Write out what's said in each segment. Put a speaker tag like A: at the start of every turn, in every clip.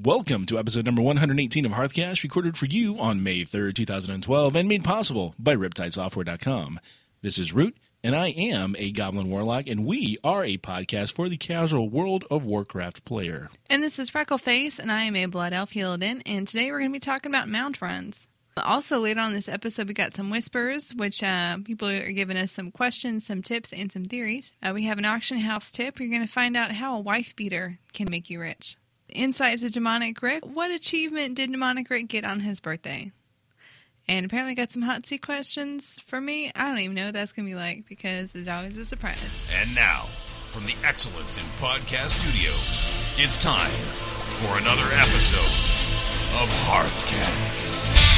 A: Welcome to episode number 118 of Hearthcash, recorded for you on May 3rd, 2012, and made possible by RiptideSoftware.com. This is Root, and I am a Goblin Warlock, and we are a podcast for the casual World of Warcraft player.
B: And this is Freckleface, and I am a Blood Elf Healadin, and today we're going to be talking about mount runs. Also, later on this episode, we got some whispers, which uh, people are giving us some questions, some tips, and some theories. Uh, we have an auction house tip. You're going to find out how a wife beater can make you rich. Insights of Demonic Rick. What achievement did Demonic Rick get on his birthday? And apparently, got some hot seat questions for me. I don't even know what that's going to be like because it's always a surprise.
C: And now, from the Excellence in Podcast Studios, it's time for another episode of Hearthcast.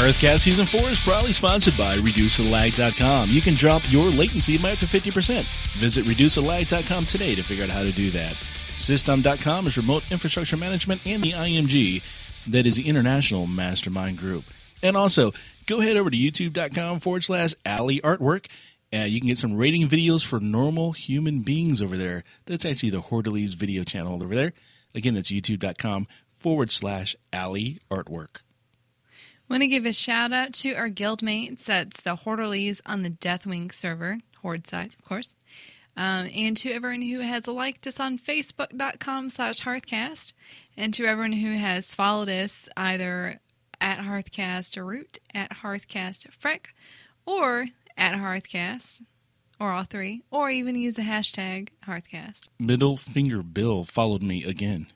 A: Hearthcast Season 4 is proudly sponsored by ReduceTheLag.com. You can drop your latency by up to 50%. Visit ReduceTheLag.com today to figure out how to do that. System.com is remote infrastructure management and the IMG, that is the International Mastermind Group. And also, go head over to YouTube.com forward slash Alley Artwork. Uh, you can get some rating videos for normal human beings over there. That's actually the Horderly's video channel over there. Again, that's youtube.com forward slash Alley Artwork.
B: Want to give a shout out to our guildmates. That's the Horderlies on the Deathwing server, Horde side, of course. Um, and to everyone who has liked us on Facebook.com slash Hearthcast. And to everyone who has followed us either at Hearthcast Root, at Hearthcast Freck, or at Hearthcast, or all three, or even use the hashtag Hearthcast.
A: Middle Finger Bill followed me again.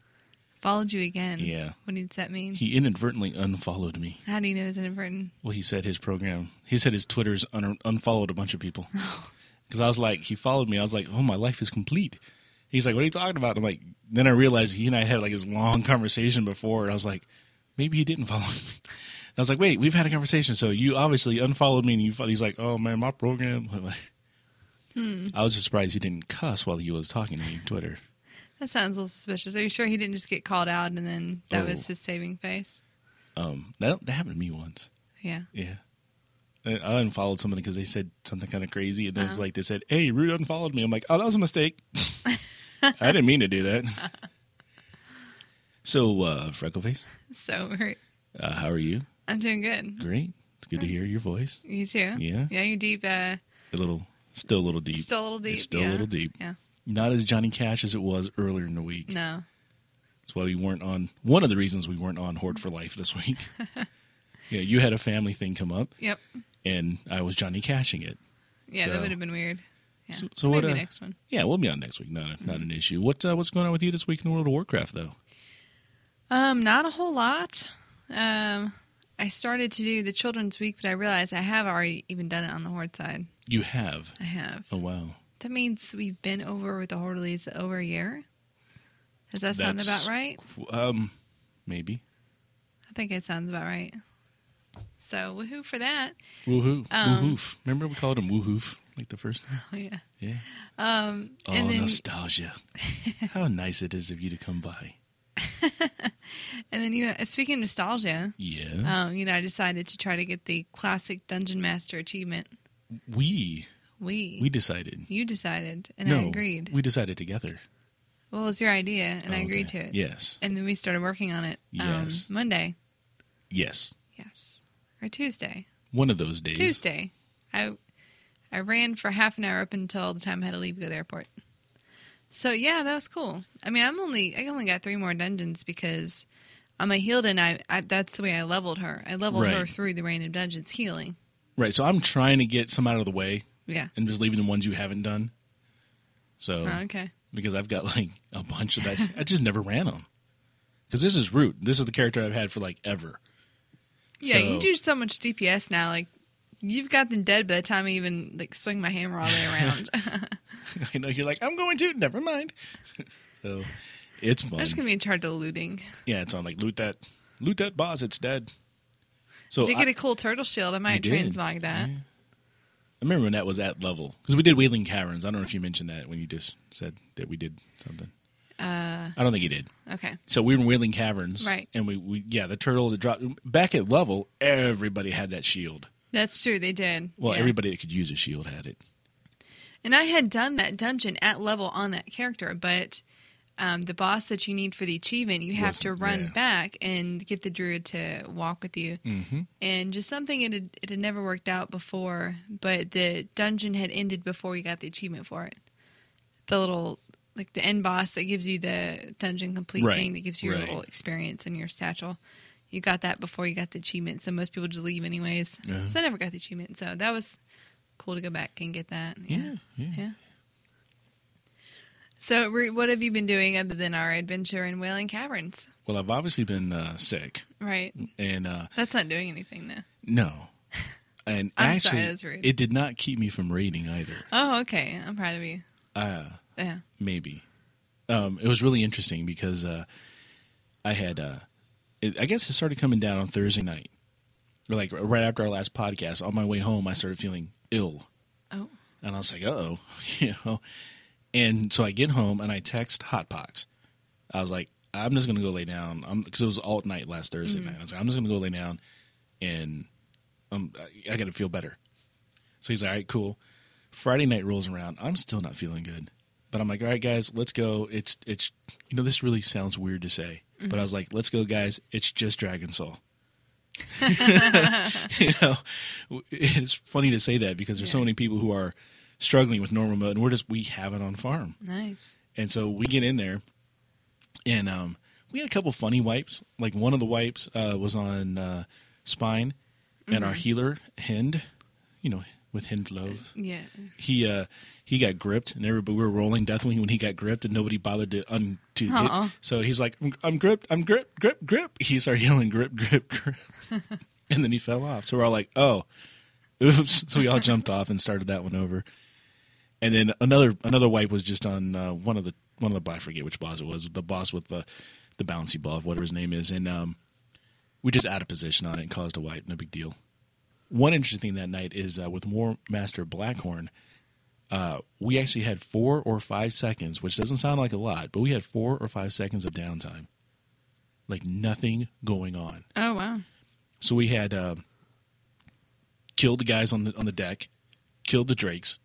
B: Followed you again.
A: Yeah.
B: What does that mean?
A: He inadvertently unfollowed me.
B: How do you know it's inadvertent?
A: Well, he said his program. He said his Twitter's un- unfollowed a bunch of people. Because I was like, he followed me. I was like, oh, my life is complete. He's like, what are you talking about? I'm like, then I realized he and I had like this long conversation before, and I was like, maybe he didn't follow me. And I was like, wait, we've had a conversation, so you obviously unfollowed me, and you. fo- He's like, oh man, my program. I was just surprised he didn't cuss while he was talking to me on Twitter.
B: That sounds a little suspicious. Are you sure he didn't just get called out and then that
A: Oh.
B: was his saving face?
A: Um, that, that happened to me once.
B: Yeah.
A: Yeah. I I unfollowed somebody because they said something kind of crazy, and then
B: Uh-huh.
A: it's like they said, "Hey, Rude unfollowed me." I'm like, "Oh, that was a mistake. I didn't mean to do that." so, uh, Freckleface,
B: So right.
A: uh, how are you?
B: I'm doing good.
A: Great. It's good to hear your voice.
B: You too.
A: Yeah?
B: Yeah, you deep. Uh,
A: A little, still a little deep.
B: still a little deep.
A: It's still
B: yeah.
A: a little deep.
B: Yeah.
A: Not as Johnny Cash as it was earlier in the week.
B: No.
A: That's why we weren't on. One of the reasons we weren't on Horde for Life this week. yeah, you had a family thing come up,
B: Yep.
A: and I was Johnny Cashing it.
B: Yeah,
A: So-
B: that would have been weird. Yeah.
A: So- so what,
B: maybe
A: uh,
B: next one?
A: Yeah, we'll be on next week. Not a, not
B: Mm-hmm.
A: an issue. What uh, what's going on with you this week in World of Warcraft though?
B: Um, not a whole lot. Um, I started to do the children's week, but I realized I have already even done it on the horde side.
A: You have.
B: I have.
A: Oh wow.
B: That means we've been over with the horderlies over a year. Does that sound
A: That's-
B: about right?
A: Qu- Um, maybe.
B: I think it sounds about right. So woohoo for that!
A: Woohoo.
B: Um,
A: Woohoof. Remember we called him Woohoof like the first time.
B: Oh, yeah.
A: Yeah.
B: Um,
A: Oh
B: and then
A: nostalgia. How nice it is of you to come by.
B: and then you know, speaking of nostalgia,
A: Yes.
B: um, you know, I decided to try to get the classic dungeon master achievement.
A: we
B: We,
A: we decided.
B: you decided, and I
A: no,
B: agreed.
A: We decided together. Oh,
B: well, it was your idea, and I
A: Okay.
B: agreed to it.
A: Yes.
B: And then we started working on it. Um,
A: Yes.
B: Monday,
A: Yes.
B: yes, or Tuesday.
A: One of those days.
B: Tuesday, I I ran for half an hour up until the time I had to leave to go to the airport. So yeah, that was cool. I mean, I'm only I only got three more dungeons because I'm a healed and I, I that's the way I leveled her. I leveled her
A: Right.
B: through the random dungeons healing.
A: Right. So I'm trying to get some out of the way
B: Yeah.
A: and just leaving the ones you haven't done. So
B: Oh, okay.
A: because I've got like a bunch of that. I just never ran them because this is root. This is the character I've had for like ever.
B: Yeah,
A: So-
B: you do so much DPS now. Like you've got them dead by the time I even like swing my hammer all the way around.
A: I know you're like I'm going to. Never mind. so it's fun.
B: I'm just gonna be in charge of looting.
A: yeah, it's on like loot that, loot that boss. It's dead. So
B: Did
A: I,
B: get a cool turtle shield. I might
A: You did.
B: transmog that.
A: Yeah. I remember when that was at level because we did Wailing Caverns. I don't know if you mentioned that when you just said that we did something. Uh, I don't think you did.
B: Okay.
A: So we were in Wailing Caverns,
B: Right.
A: And we, we yeah, the turtle that dropped back at level. Everybody had that shield.
B: That's true. They did.
A: Well,
B: Yeah.
A: everybody that could use a shield had it.
B: And I had done that dungeon at level on that character, but um, the boss that you need for the achievement, you have to
A: Wasn't-
B: run
A: yeah.
B: back and get the druid to walk with you. Mm-hmm. And just something it had, it had never worked out before, but the dungeon had ended before you got the achievement for it. The little, like the end boss that gives you the dungeon complete
A: Right,
B: thing that gives you your
A: right.
B: little experience and your satchel. You got that before you got the achievement, so most people just leave anyways.
A: Uh-huh.
B: So I never got the achievement, so that was cool to go back and get that. Yeah.
A: yeah.
B: So, Root, what have you been doing other than our adventure in Whaling Caverns?
A: Well, I've obviously been uh, sick,
B: Right.
A: and uh,
B: That's not doing anything, though.
A: no, and
B: I'm sorry,
A: actually,
B: that was rude.
A: it did not keep me from reading either.
B: Oh, okay. I'm proud of you.
A: Uh,
B: Yeah.
A: maybe. Um, it was really interesting because uh, I had, uh, it, I guess it started coming down on Thursday night, or like right after our last podcast. On my way home, I started feeling ill,
B: Oh,
A: and I was like, "Uh oh," you know. And so I get home and I text Hotpox. I was like, "I'm just gonna go lay down," because it was alt night last Thursday night. I was like, "I'm just gonna go lay down, and um, I, I gotta feel better." So he's like, "All right, cool." Friday night rolls around. I'm still not feeling good, but I'm like, "All right, guys, let's go." It's it's you know this really sounds weird to say, but I was like, "Let's go, guys." It's just Dragon Soul. you know, it's funny to say that because there's so
B: Yeah.
A: many people who are struggling with normal mode, and we're just we have it on farm.
B: nice.
A: And so we get in there, and um, we had a couple funny wipes. Like one of the wipes uh, was on uh, spine, and our healer Hind, you know, with Hind Love,
B: Yeah.
A: he uh, he got gripped, and everybody we were rolling Deathwing when he got gripped, and nobody bothered to un to hit.
B: Uh-uh.
A: So he's like, I'm, I'm gripped, I'm gripped, grip, grip. He started yelling, grip, grip, grip, and then he fell off. So we're all like, oh, oops. So we all jumped off and started that one over. And then another another wipe was just on uh, one of the one of the I forget which boss it was the boss with the the bouncy ball whatever his name is and um, we just out of position on it and caused a wipe no big deal. One interesting thing that night is uh, with War Master Blackhorn, uh, we actually had four or five seconds, which doesn't sound like a lot, but we had four or five seconds of downtime, like nothing going on.
B: Oh, wow.
A: So we had uh, killed the guys on the on the deck, killed the drakes,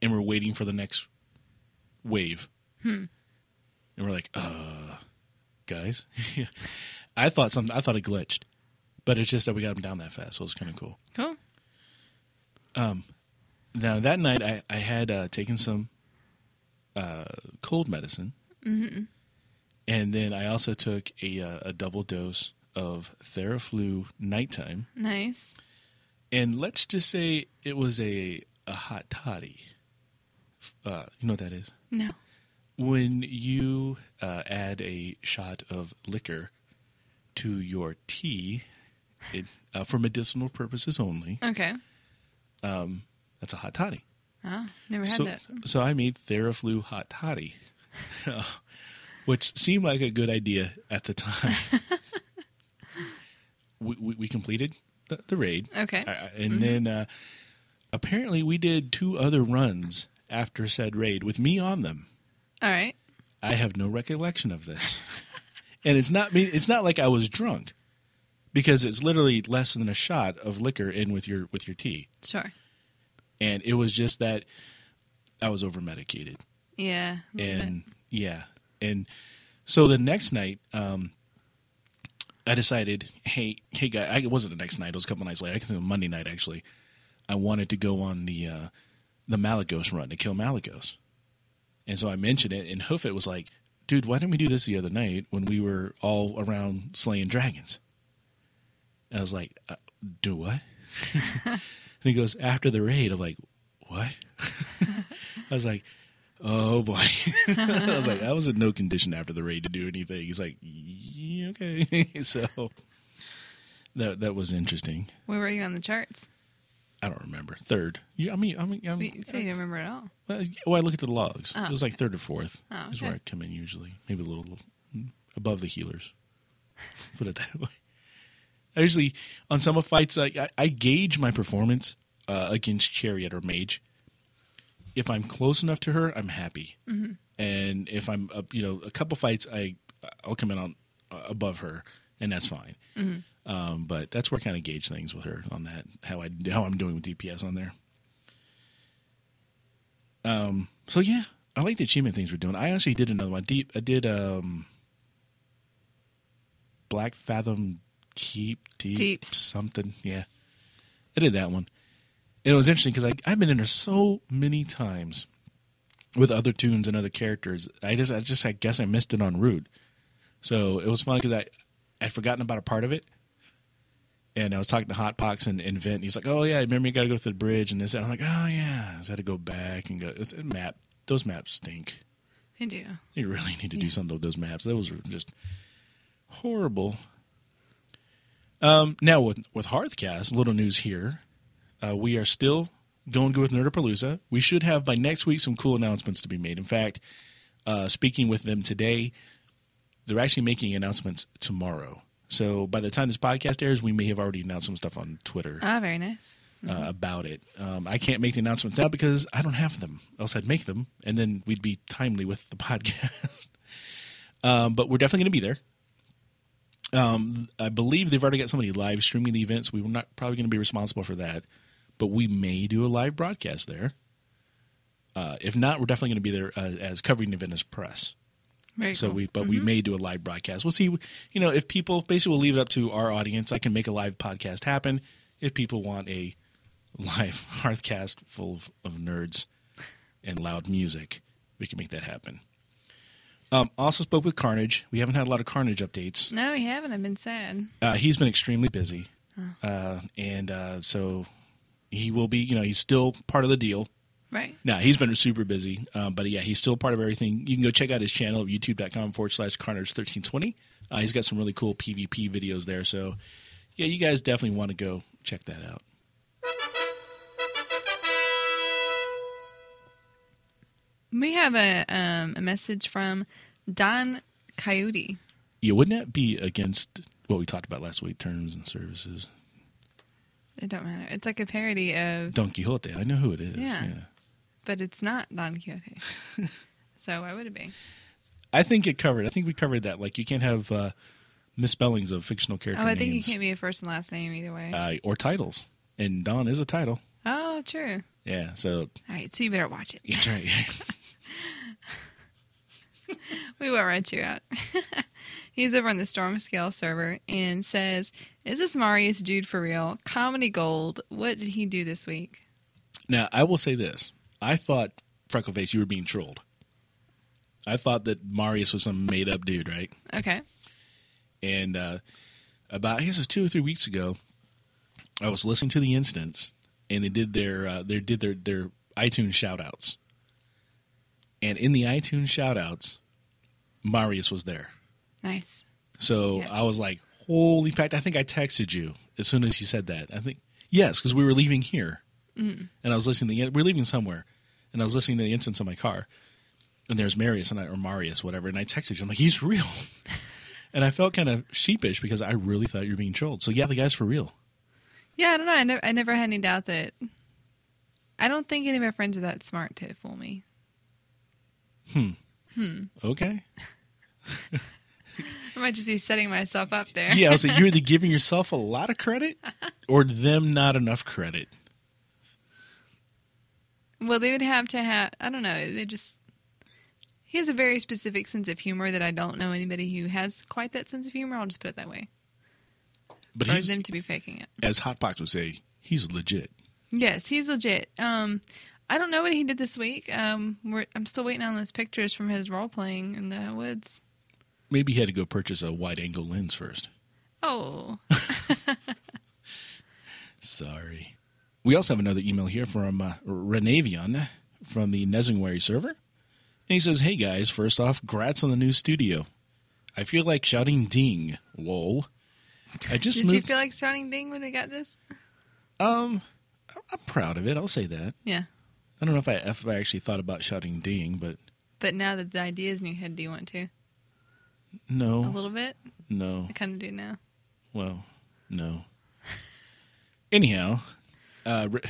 A: and we're waiting for the next wave. And we're like, uh, guys, I thought something. I thought it glitched, but it's just that we got them down that fast, so it's kind of cool.
B: Cool.
A: Now that night, I I had uh, taken some uh, cold medicine, and then I also took a uh, a double dose of Theraflu nighttime.
B: Nice.
A: and let's just say it was a a hot toddy. Uh, you know what that is?
B: No.
A: When you uh, add a shot of liquor to your tea, it, uh, for medicinal purposes only,
B: Okay.
A: that's a hot toddy.
B: Oh, never had
A: So,
B: that.
A: so I made Theraflu hot toddy, uh, which seemed like a good idea at the time. we, we, we completed the, the raid.
B: Okay.
A: Uh, and then uh, apparently we did two other runs after said raid with me on them.
B: All right.
A: I have no recollection of this, and it's not me. It's not like I was drunk, because it's literally less than a shot of liquor in with your with your tea,
B: Sure.
A: and it was just that I was over medicated,
B: Yeah. a little bit.
A: and yeah, and so the next night. Um, I decided, hey, hey, guy. I, it wasn't the next night. It was a couple nights later. I think it was Monday night actually. I wanted to go on the uh, the Malagos run to kill Malagos, and so I mentioned it, and Hoofit was like, "Dude, why didn't we do this the other night when we were all around slaying dragons?" And I was like, uh, "Do what?" and he goes, "After the raid." I'm like, "What?" I was like, "Oh boy!" I was like, "I was in no condition after the raid to do anything." He's like, "Yeah, "Okay," so that that was interesting.
B: Where were you on the charts?
A: I don't remember. Third. You, I mean, I mean, I
B: You
A: mean
B: say you don't remember at all.
A: well, y- well, I look at the logs. it was like third or fourth
B: Oh,
A: is
B: okay.
A: where I come in usually. Maybe a little, mm, above the healers. Put it that way. I usually on some of fights I, I, I gauge my performance uh, against chariot or mage. If I'm close enough to her, I'm happy.
B: Mm-hmm.
A: And if I'm uh, you know a couple fights I I'll come in on uh, above her and that's fine. Um, but that's where I kind of gauge things with her on that, how I how I'm doing with DPS on there. Um, so yeah, I like the achievement things we're doing. I actually did another one. Deep, I did um, Black Fathom Keep Deep
B: Deeps.
A: something. Yeah, I did that one. And it was interesting because I've been in there so many times with other tunes and other characters. I just, I just, I guess I missed it on route. So it was fun because I, I'd forgotten about a part of it. And I was talking to Hot Pox and, and Vent. And he's like, "Oh yeah, remember you got to go through the bridge and this." And I'm like, "Oh yeah, so I had to go back and go." It's a map. Those maps stink.
B: I do.
A: They really need to do something with those maps. Those were just horrible. Um, now with with Hearthcast, little news here. Uh, we are still going good with Nerdapalooza. We should have by next week some cool announcements to be made. In fact, uh, speaking with them today, they're actually making announcements tomorrow. So by the time this podcast airs, we may have already announced some stuff on Twitter
B: Ah, very nice.
A: uh, about it. Um, I can't make the announcements now because I don't have them. Else I'd make them, and then we'd be timely with the podcast. um, but we're definitely going to be there. Um, I believe they've already got somebody live streaming the events. We were not probably going to be responsible for that, but we may do a live broadcast there. Uh, if not, we're definitely going to be there uh, as covering the event as press.
B: Very
A: So
B: cool.
A: we, but we may do a live broadcast. We'll see. You know, if people basically we'll leave it up to our audience. I can make a live podcast happen if people want a live Hearthcast full of, of nerds and loud music. We can make that happen. Um, also spoke with Carnage. We haven't had a lot of Carnage updates.
B: no, we haven't. I've been sad.
A: Uh, he's been extremely busy, uh, and uh, so he will be. You know, he's still part of the deal.
B: Right.
A: No, he's been super busy. Um, but yeah, he's still part of everything. You can go check out his channel at youtube.com forward slash carnage1320. Uh, he's got some really cool PvP videos there. So yeah, you guys definitely want to go check that out.
B: We have a um, a message from Don Coyote.
A: Yeah, wouldn't that be against what we talked about last week? Terms and services.
B: It don't matter. It's like a parody of,
A: Don Quixote. I know who it is.
B: Yeah. but it's not Don Quixote. so why would it be?
A: I think it covered. I think we covered that. Like you can't have uh, misspellings of fictional character
B: Oh, I think you
A: names
B: can't be a first and last name either way.
A: uh, or titles. And Don is a title.
B: oh, true.
A: Yeah. So
B: All right, so you better watch it.
A: that's right.
B: We will write you out. He's over on the Storm Scale server and says, "Is this Marius dude for real? Comedy gold. What did he do this week?
A: Now, I will say this. I thought, Freckleface, you were being trolled. I thought that Marius was some made up dude, right?
B: Okay,
A: And uh, about, I guess it was two or three weeks ago, I was listening to The Instance, and they did their, uh, they did their, their iTunes shout outs. And in the iTunes shout outs, Marius was there.
B: nice.
A: So
B: Yeah.
A: I was like, holy fact. I think I texted you as soon as you said that. I think, yes, because we were leaving here.
B: Mm-hmm.
A: And I was listening to the, we are leaving somewhere. And I was listening to the instance on my car. And there's Marius and I, or Marius, whatever. And I texted you. I'm like, he's real. and I felt kind of sheepish because I really thought you were being trolled. So yeah, the guy's for real.
B: Yeah, I don't know. I never, I never had any doubt that. I don't think any of my friends are that smart to fool me.
A: Okay.
B: I might just be setting myself up there.
A: Yeah, I was like, you're either giving yourself a lot of credit or them not enough credit.
B: Well, they would have to have. I don't know. They just. He has a very specific sense of humor that I don't know anybody who has quite that sense of humor. I'll just put it that way.
A: But
B: For
A: he's,
B: them to be faking it.
A: as Hotbox would say, he's legit.
B: Yes, he's legit. Um, I don't know what he did this week. Um, we're, I'm still waiting on those pictures from his role playing in the woods.
A: Maybe he had to go purchase a wide angle lens first.
B: Oh,
A: Sorry. We also have another email here from uh, Renavion from the Nezingwari server. And he says, Hey guys, first off, grats on the new studio. I feel like shouting ding, lol. I just
B: did
A: moved.
B: you feel like shouting ding when we got this?
A: I'm proud of it. I'll say that.
B: Yeah,
A: I don't know if I, if I actually thought about shouting ding, but
B: but now that the idea is in your head, do you want to a
A: no.
B: little bit?
A: No.
B: I kind of do now.
A: Well, no. Anyhow, uh, Re-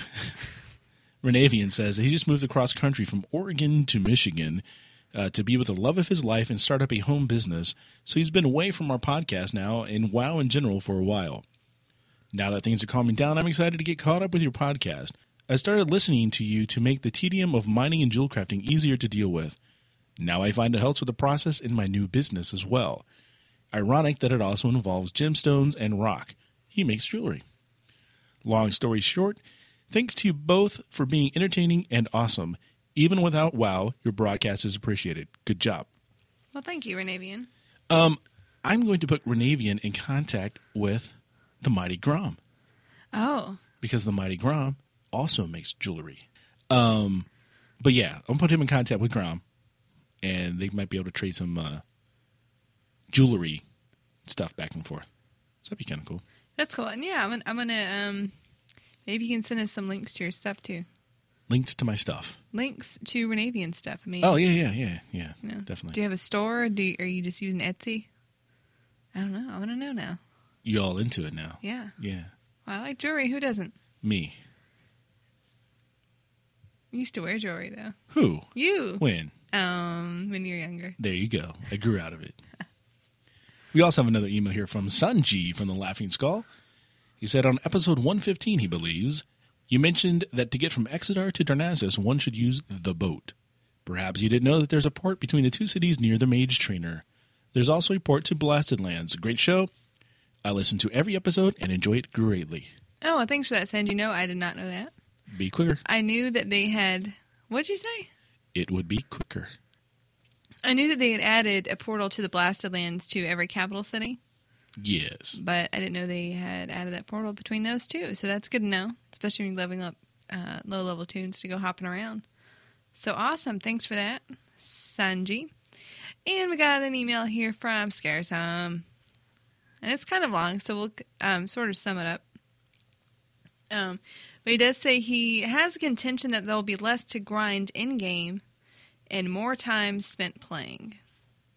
A: Renavian says that he just moved across country from Oregon to Michigan uh, to be with the love of his life and start up a home business. So he's been away from our podcast now and WoW in general for a while. Now that things are calming down, I'm excited to get caught up with your podcast. I started listening to you to make the tedium of mining and jewel crafting easier to deal with. Now I find it helps with the process in my new business as well. Ironic that it also involves gemstones and rock. He makes jewelry. Long story short, thanks to you both for being entertaining and awesome. Even without WoW, your broadcast is appreciated. Good job.
B: Well, thank you, Renavian.
A: I'm going to put Renavian in contact with the Mighty Grom
B: Oh,
A: because the Mighty Grom also makes jewelry. Um, but yeah, I'm gonna put him in contact with Grom, and they might be able to trade some uh, jewelry stuff back and forth. So that'd be kind of cool.
B: that's cool. And yeah, I'm gonna, I'm gonna um, maybe you can send us some links to your stuff too.
A: Links to my stuff.
B: Links to Renavian stuff. I mean,
A: Oh yeah, yeah, yeah, yeah.
B: you know. Do
A: Definitely.
B: you have a store? Or do you, are you just using Etsy? I don't know. I want to know now.
A: You all into it now?
B: Yeah,
A: Yeah.
B: well, I like jewelry. Who doesn't?
A: Me.
B: You used to wear jewelry though.
A: Who?
B: You
A: When?
B: um when you were younger.
A: There you go. I grew out of it. We also have another email here from Sanji from the Laughing Skull. He said on episode 115, he believes, you mentioned that to get from Exeter to Darnassus, one should use the boat. Perhaps you didn't know that there's a port between the two cities near the Mage Trainer. There's also a port to Blasted Lands. Great show. I listen to every episode and enjoy it greatly.
B: Oh, well, thanks for that, Sandy. No, I did not know that.
A: Be quicker.
B: I knew that they had. What'd you say?
A: It would be quicker.
B: I knew that they had added a portal to the Blasted Lands to every capital city,
A: Yes.
B: but I didn't know they had added that portal between those two. So that's good to know, especially when you're leveling up uh, low level tunes to go hopping around. So awesome. Thanks for that, Sanji. And we got an email here from Scaresome. And it's kind of long, so we'll um, sort of sum it up. Um, but he does say he has a contention that there'll be less to grind in game and more time spent playing.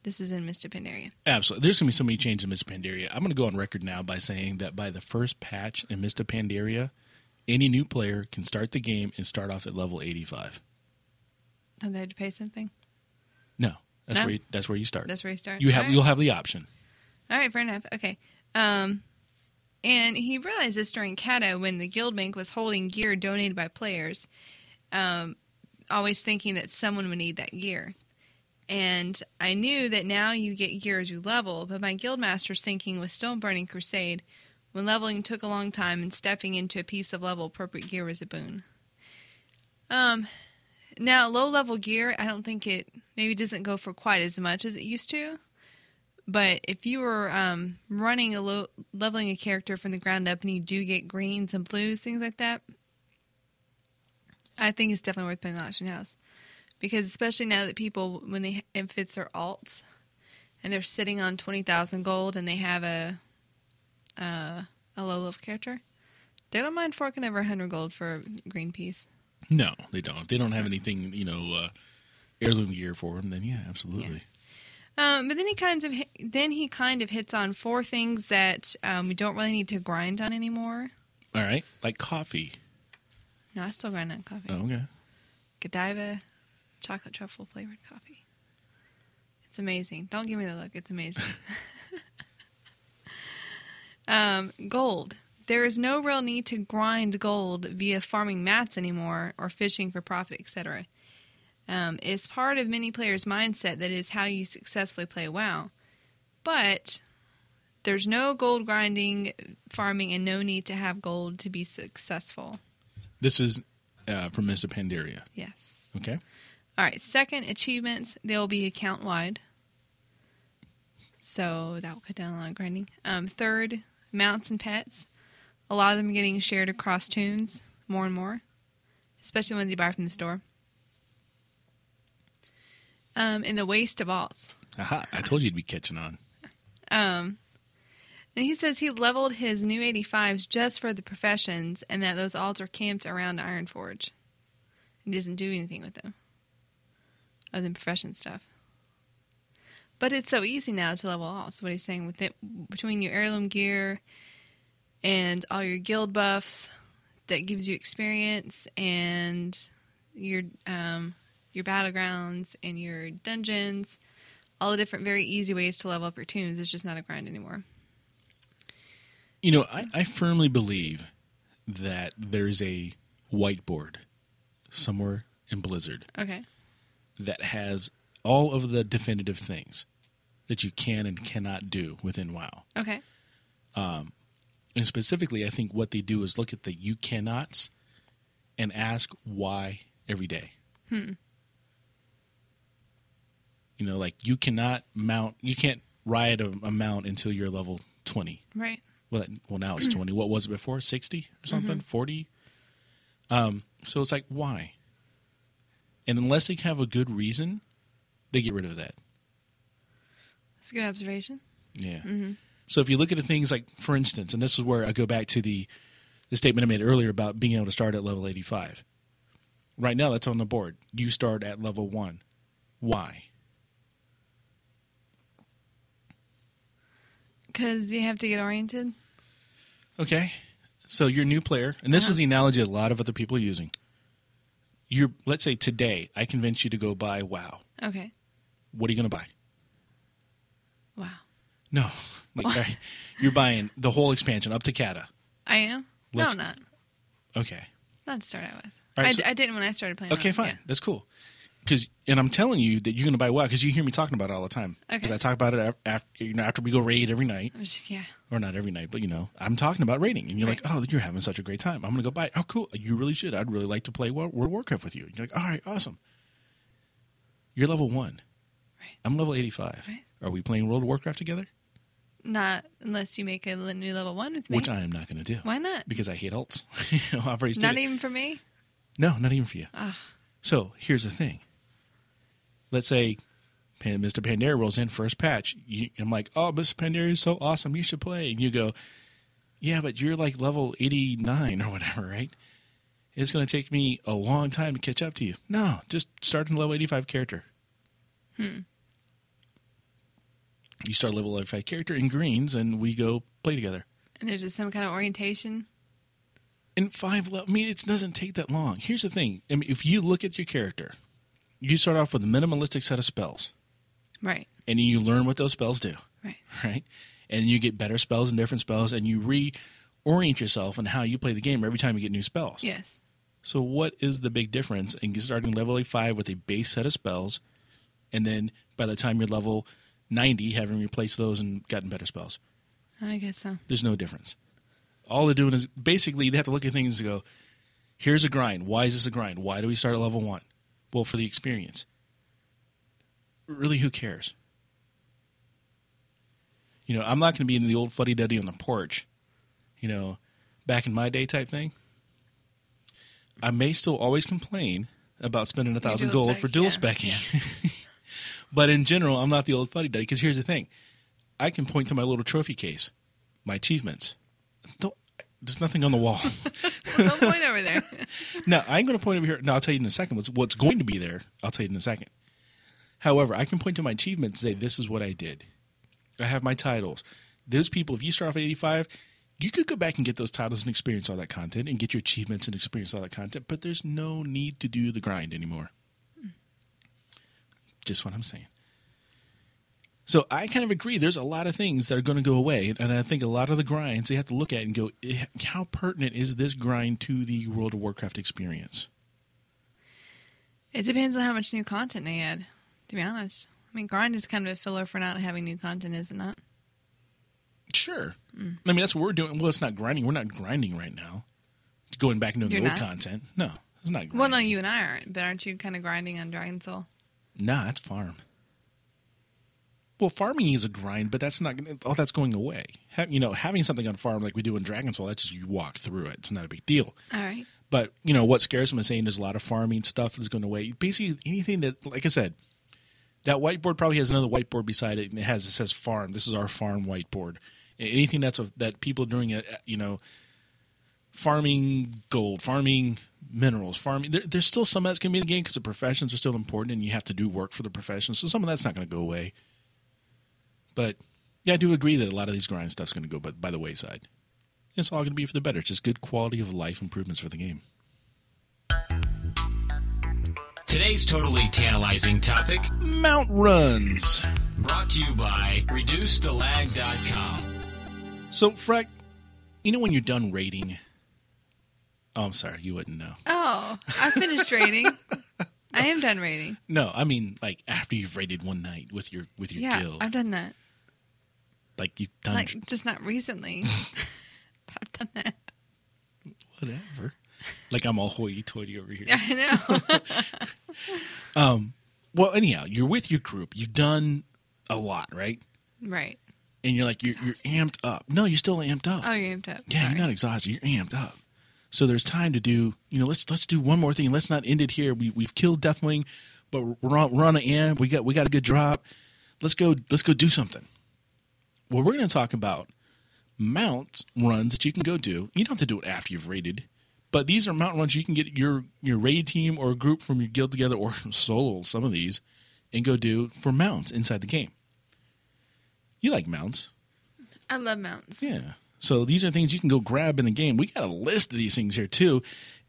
B: This is in Mr. Pandaria.
A: Absolutely. There's going to be so many changes in Mr. Pandaria. I'm going to go on record now by saying that by the first patch in Mr. Pandaria, any new player can start the game and start off at level 85.
B: Don't they have to pay something?
A: No, that's
B: No.
A: where you, that's where you start.
B: That's where you start.
A: you have
B: All right.
A: you'll have the option.
B: All right, fair enough. Okay. Um, and he realized this during Kata when the guild bank was holding gear donated by players, um, always thinking that someone would need that gear. And I knew that now you get gear as you level, but my guildmaster's thinking was still Burning Crusade when leveling took a long time and stepping into a piece of level appropriate gear was a boon. Um, now, low level gear, I don't think it maybe doesn't go for quite as much as it used to. But if you were um, running a low, leveling a character from the ground up and you do get greens and blues, things like that, I think it's definitely worth putting the auction house. Because especially now that people, when they, if it's their alts and they're sitting on 20,000 gold and they have a, uh, a low level character, they don't mind forking over 100 gold for a green piece.
A: No, they don't. If they don't have anything, you know, uh, heirloom gear for them, then yeah, absolutely.
B: Um, but then he kind of hi- then he kind of hits on four things that um, we don't really need to grind on anymore.
A: All right, like coffee.
B: No, I still grind on coffee.
A: Oh, okay.
B: Godiva chocolate truffle flavored coffee. It's amazing. Don't give me the look. It's amazing. um, gold. There is no real need to grind gold via farming mats anymore or fishing for profit, etc. Um, it's part of many players' mindset that is how you successfully play WoW. But there's no gold grinding, farming, and no need to have gold to be successful.
A: This is uh, from Mr. Pandaria.
B: Yes.
A: Okay.
B: All right, second achievements, they'll be account wide. So that will cut down a lot of grinding. Um, third, mounts and pets. A lot of them are getting shared across tunes more and more, especially ones you buy from the store. Um, and the waste of alts.
A: Aha! I told you you'd be catching on.
B: And he says he leveled his new 85s just for the professions and that those alts are camped around Ironforge. He doesn't do anything with them other than profession stuff. But it's so easy now to level alts. What he's saying with it between your heirloom gear and all your guild buffs that gives you experience and your um, your battlegrounds and your dungeons, all the different very easy ways to level up your tombs. It's just not a grind anymore.
A: You know, I, I firmly believe that there's a whiteboard somewhere in Blizzard
B: Okay.
A: that has all of the definitive things that you can and cannot do within WoW.
B: Okay.
A: And specifically, I think what they do is look at the you cannots and ask why every day. Hmm. You know, like you cannot mount, you can't ride a, a mount until you're level 20.
B: Right.
A: Well, that- well now it's 20. What was it before? 60 or something? 40? Um, so it's like, why? And unless they have a good reason, they get rid of that.
B: That's a good observation.
A: Yeah. So if you look at the things like, for instance, and this is where I go back to the the statement I made earlier about being able to start at level eighty five. Right now, that's on the board. You start at level one. Why?
B: Because you have to get oriented.
A: Okay. So you're a new player, and this is the analogy a lot of other people are using. You're, let's say today, I convince you to go buy WoW.
B: Okay.
A: What are you going to buy?
B: Wow.
A: No, like right, you're buying the whole expansion up to Kata.
B: I am? no,
A: Let's-
B: I'm not.
A: Okay.
B: Not to start out with.
A: All right,
B: I,
A: so-
B: I didn't when I started playing.
A: Okay,
B: Rogue,
A: fine. That's cool. Cause, and I'm telling you that you're gonna buy WoW because you hear me talking about it all the time.
B: Okay.
A: Because I talk about it after you know after we go raid every night,
B: Yeah. I was just- yeah.
A: or not every night, but you know I'm talking about raiding, and you're like,
B: Right.
A: oh, you're having such a great time. I'm gonna go buy. It. Oh, cool. You really should. I'd really like to play Wo- World of Warcraft with you. And you're like, all right, awesome. You're level one.
B: Right.
A: I'm level 85.
B: Right.
A: Are we playing World of Warcraft together?
B: Not unless you make a le- new level one with me.
A: Which I am not gonna do.
B: Why not?
A: Because I hate alts. you know, I've already
B: Not
A: stated-
B: even for me?
A: No, not even for you. So here's the thing. Let's say Pan- Mr. Pandera rolls in first patch. You, I'm like, oh, Mr. Pandera is so awesome. You should play. And you go, yeah, but you're like level 89 or whatever, right? It's going to take me a long time to catch up to you. No, just start in level 85 character. Hmm. You start level 85 character in greens, and we go play together
B: And there's just some kind of orientation.
A: in five levels. I mean, it doesn't take that long. Here's the thing: I mean, if you look at your character, you start off with a minimalistic set of spells,
B: Right.
A: and then you learn what those spells do,
B: Right.
A: right? And you get better spells and different spells, and you reorient yourself on how you play the game every time you get new spells.
B: Yes.
A: So, what is the big difference in starting level five with a base set of spells, and then by the time you're level ninety, having replaced those and gotten better spells?
B: I guess so.
A: There's no difference. All they're doing is basically they have to look at things and go, here's a grind. Why is this a grind? Why do we start at level one? Well, for the experience. Really, who cares? You know, I'm not going to be in the old fuddy duddy on the porch, you know, back in my day type thing. I may still always complain about spending a thousand
B: dual
A: gold
B: spec,
A: for dual
B: yeah.
A: specking. but in general, I'm not the old fuddy duddy because here's the thing I can point to my little trophy case, my achievements. Don't, there's nothing on the wall.
B: Don't point over there.
A: Now, I ain't going to point over here. No, I'll tell you in a second what's, what's going to be there. I'll tell you in a second. However, I can point to my achievements and say, this is what I did. I have my titles. Those people, if you start off at 85, you could go back and get those titles and experience all that content and get your achievements and experience all that content, but there's no need to do the grind anymore. Just what I'm saying. So I kind of agree. There's a lot of things that are going to go away, and I think a lot of the grinds they have to look at and go, "Eh, how pertinent is this grind to the World of Warcraft experience?
B: It depends on how much new content they add, to be honest. I mean, grind is kind of a filler for not having new content, is it not?
A: Sure,
B: Mm.
A: I mean that's what we're doing. Well, it's not grinding. We're not grinding right now. Going back into the
B: You're
A: old
B: not?
A: content. No, it's not. Grinding.
B: Well, no, you and I aren't, but aren't you kind of grinding on Dragon Soul?
A: Nah, that's farm. Well, farming is a grind, but that's not gonna- all that's going away. Ha- you know, having something on farm like we do in Dragon's Fall, that's just you walk through it. It's not a big deal.
B: All right.
A: But you know what scares me is saying there's a lot of farming stuff that's going away. Basically, anything that, like I said, that whiteboard probably has another whiteboard beside it, and it has it says farm. This is our farm whiteboard. And Anything that's a, that people doing a you know farming gold, farming minerals, farming. There, there's still some that's going to be in the game because the professions are still important, and you have to do work for the professions. So some of that's not going to go away. But yeah, I do agree that a lot of these grind stuff's going to go by, by the wayside. It's all going to be for the better. It's just good quality of life improvements for the game.
D: Today's totally tantalizing topic
A: Mount runs.
D: brought to you by ReduceTheLag.com.
A: So, Freck, you know when you're done rating? Oh, I'm sorry, you wouldn't know.
B: Oh, I finished rating. I am done rating.
A: No, I mean like after you've rated one night with your with your
B: Yeah,
A: guild,
B: I've done that.
A: like you've done tr-
B: Like, just not recently. but I've done that.
A: whatever. Like I'm all hoity-toity over here.
B: I know.
A: Well, anyhow, you're with your group. You've done a lot, right?
B: right.
A: And you're like you're, you're amped up. No, you're still amped up.
B: Oh, you're amped up.
A: yeah,
B: Sorry.
A: you're not exhausted. You're amped up. So there's time to do. You know, let's let's do one more thing. Let's not end it here. We we've killed Deathwing, but we're on we're on an end. We got we got a good drop. Let's go let's go do something. Well, we're going to talk about mount runs that you can go do. You don't have to do it after you've raided, but these are mount runs you can get your your raid team or a group from your guild together or solo some of these and go do for mounts inside the game. You like mounts?
B: I love mountains.
A: Yeah. So these are things you can go grab in the game. We got a list of these things here too,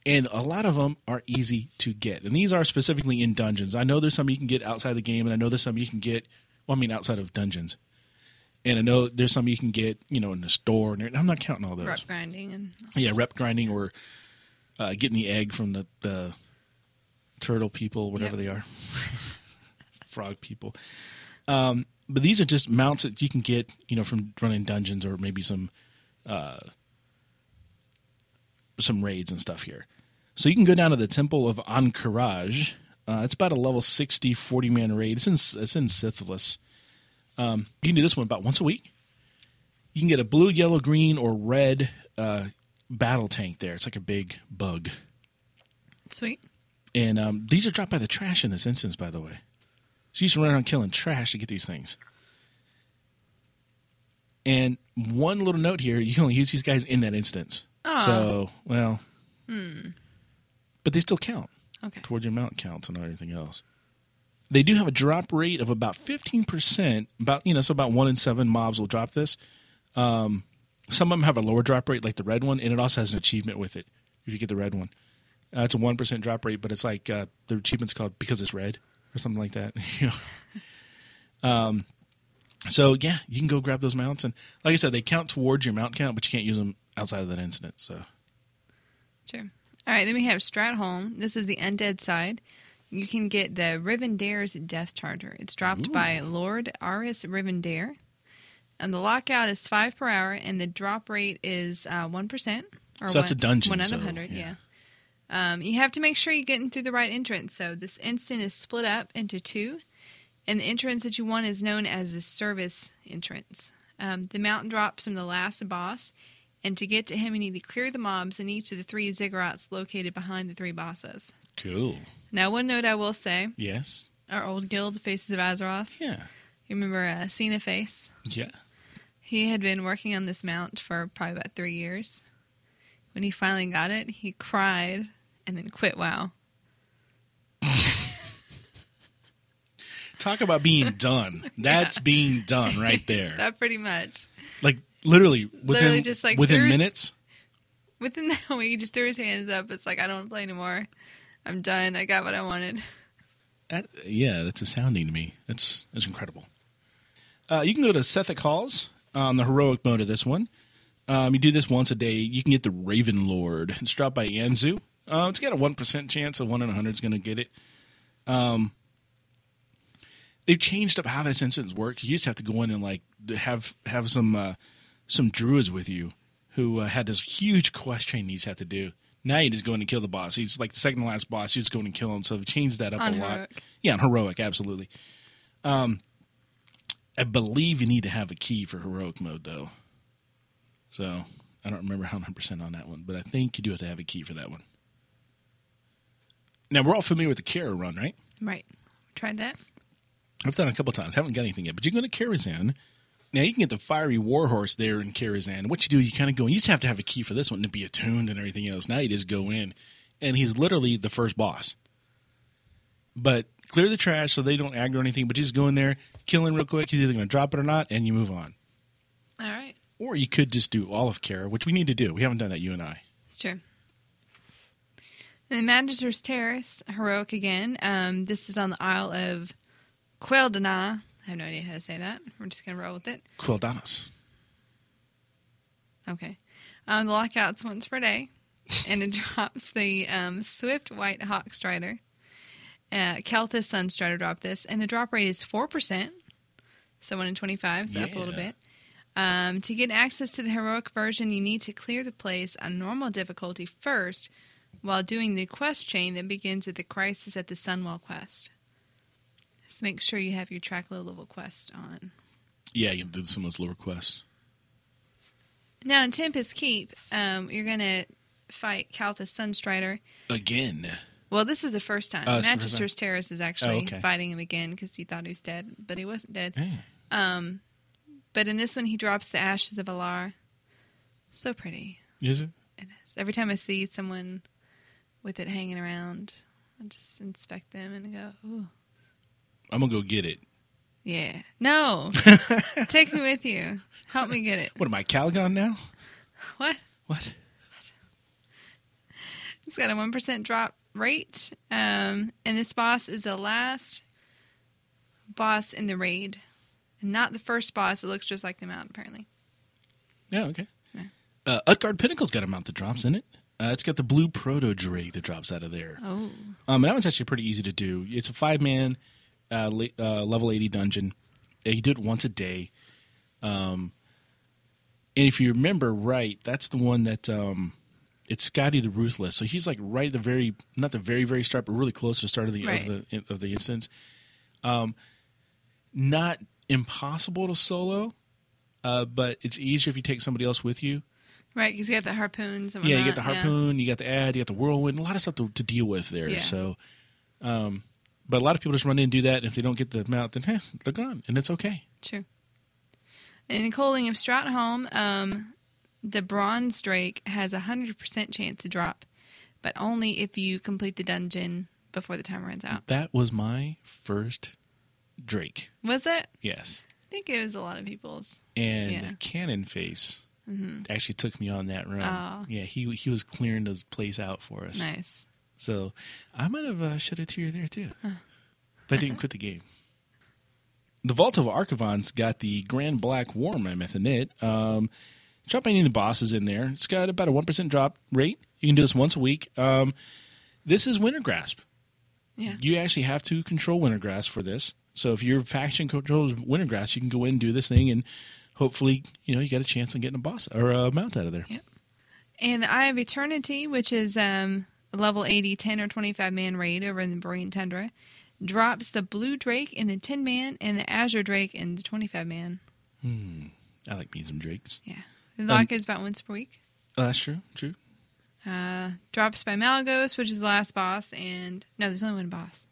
A: and a lot of them are easy to get. And these are specifically in dungeons. I know there's some you can get outside the game, and I know there's some you can get. Well, I mean outside of dungeons, and I know there's some you can get, you know, in the store. And I'm not counting all those.
B: Rock grinding and
A: Yeah, rep grinding or uh, getting the egg from the, the turtle people, whatever
B: Yep.
A: they are, frog people. Um, but these are just mounts that you can get, you know, from running dungeons or maybe some uh, some raids and stuff here. So you can go down to the Temple of Ankaraj. Uh, it's about a level 60, 40 man raid. It's in it's in Sithless. Um, you can do this one about once a week you can get a blue, yellow, green, or red uh, battle tank there. It's like a big bug.
B: sweet.
A: And um, these are dropped by the trash in this instance, by the way. So you used to run around killing trash to get these things. And one little note here you can only use these guys in that instance.
B: Aw.
A: So, well. But they still count
B: Okay.
A: towards your mount counts and everything else. They do have a drop rate of about fifteen percent. About you know, so about one in seven mobs will drop this. Um, some of them have a lower drop rate, like the red one, and it also has an achievement with it. If you get the red one, uh, it's a one percent drop rate, but it's like uh, the achievement's called because it's red or something like that. You know. um, so yeah, you can go grab those mounts, and like I said, they count towards your mount count, but you can't use them outside of that incident. So
B: Sure. All right, then we have Stratholm. This is the undead side. You can get the Rivendare's Death Charger. It's dropped by Lord Aris Rivendare. And the lockout is five per hour, and the drop rate is uh, one percent. Or
A: So that's a
B: one-
A: dungeon,
B: One out
A: so,
B: of hundred.
A: yeah.
B: Yeah. Um, you have to make sure you get in through the right entrance. So this instant is split up into two, and the entrance that you want is known as the service entrance. Um, the mountain drops from the last boss, and to get to him, you need to clear the mobs in each of the three ziggurats located behind the three bosses.
A: cool.
B: Now, one note I will say
A: Yes.
B: our old guild, Faces of Azeroth,
A: Yeah.
B: you remember uh, Cena Face?
A: Yeah.
B: He had been working on this mount for probably about three years. When he finally got it, he cried and then quit WoW.
A: Talk about being done. That's being done right there.
B: That pretty much.
A: like literally within
B: Literally just, like,
A: within
B: there's-
A: minutes.
B: Within that week, he just threw his hands up. It's like, I don't play anymore. I'm done. I got what I wanted.
A: That, yeah, that's astounding to me. That's that's incredible. Uh, you can go to Sethic Halls on the heroic mode of this one. Um, you do this once a day. You can get the Raven Lord. It's dropped by Anzu. Uh, it's got a one percent chance. A one in hundred is going to get it. Um, they've changed up how this instance works. You used to have to go in and like have have some uh, some druids with you who uh, had this huge quest chain these had to do. Now you just go in and kill the boss. He's like the second to last boss. You just go in and kill him. So they've changed that up
B: On
A: a lot.
B: heroic.
A: Yeah, on heroic, absolutely. Um, I believe you need to have a key for heroic mode though. So I don't remember how 100% on that one, but I think you do have to have a key for that one. Now, we're all familiar with the Kara run, right?
B: Right. Tried that.
A: I've done it a couple times. Haven't got anything yet, but you can go to Karazan. Now, you can get the fiery warhorse there in Karazan. What you do, you kind of go, and you just have to have a key for this one to be attuned and everything else. Now you just go in, and he's literally the first boss. But clear the trash so they don't aggro anything, but just go in there, kill him real quick. He's either going to drop it or not, and you move on.
B: All right.
A: Or you could just do all of Kara, which we need to do. We haven't done that, you and I.
B: It's true. And Magister's Terrace, heroic again. Um, this is on the Isle of Queldana. I have no idea how to say that. We're just going to roll with it.
A: Quildanas.
B: Okay. Um, the lockout's once per day, and it drops the um, Swift White Hawk Strider. Uh, Kelthus Sun Strider dropped this, and the drop rate is 4%, so 1 in 25, so up a little
A: Yeah.
B: bit. Um, to get access to the heroic version, you need to clear the place on normal difficulty first while doing the quest chain that begins with the Crisis at the Sunwell quest. Just make sure you have your track low level quest on.
A: Yeah, you can do someone's little request.
B: Now in Tempest Keep, um, you're gonna fight Kalthus Sunstrider.
A: Again.
B: Well, this is the first time.
A: Oh, it's the first
B: Magister's Terrace is actually
A: Oh, okay.
B: fighting him again because he thought he was dead, but he wasn't dead.
A: Yeah.
B: But in this one, he drops the ashes of Alar. So pretty
A: Is it?
B: it is. Every time I see someone with it hanging around, I just inspect them and go, "Ooh,
A: I'm gonna go get it.
B: yeah, no, take me with you, help me get it."
A: What am I, Calgon now?
B: What?
A: What?
B: It's got a one percent drop rate, um, and this boss is the last boss in the raid, and not the first boss. It looks just like the mount, apparently.
A: Yeah, okay. Uh, Utgard Pinnacle's got a mount that drops in it. Uh, it's got the blue proto drake that drops out of there.
B: Oh,
A: Um, and that one's actually pretty easy to do. It's a five man uh, le- uh, level 80 dungeon. Uh, You do it once a day. Um, and if you remember right, that's the one that um, it's Scotty the Ruthless. So he's like right at the very, not the very, very start, but really close to the start of the,
B: Right.
A: of, the of the instance. Um, not impossible to solo, uh, but it's easier if you take somebody else with you.
B: right, because you got the harpoons. And
A: Yeah, you get
B: whatnot,
A: the harpoon, you got the ad, you got the whirlwind, a lot of stuff to, to deal with there.
B: Yeah.
A: So, um, but a lot of people just run in and do that, and if they don't get the mount, then heh, they're gone, and it's okay.
B: True. And in Coaling of Stratholm, um, the Bronze Drake has a hundred percent chance to drop, but only if you complete the dungeon before the time runs out.
A: That was my first Drake.
B: Was it?
A: Yes,
B: I think it was a lot of people's.
A: and
B: Yeah. Mm-hmm.
A: Cannon Face actually took me on that run.
B: Oh.
A: Yeah, he he was clearing this place out for us.
B: Nice.
A: So I might have uh, shed a tear there too, but I didn't quit the game. The Vault of Archivon's got the Grand Black War Mammoth in it. Um, dropping any bosses in there. It's got about a one percent drop rate. You can do this once a week. Um, this is Winter Grasp.
B: Yeah.
A: You actually have to control Winter Grasp for this. So if your faction controls Winter Grasp, you can go in and do this thing, and hopefully, you know, you got a chance on getting a boss or a mount out of there.
B: Yeah. And the Eye of Eternity, which is um, a level 80, 10 or 25 man raid over in the Marine Tundra, drops the Blue Drake in the 10 man and the Azure Drake in the 25 man.
A: I like me some Drakes.
B: Yeah.
A: Um,
B: The lock is about once per week.
A: Oh, that's true. True.
B: Uh, drops by Malagos, which is the last boss, and no, there's only one boss.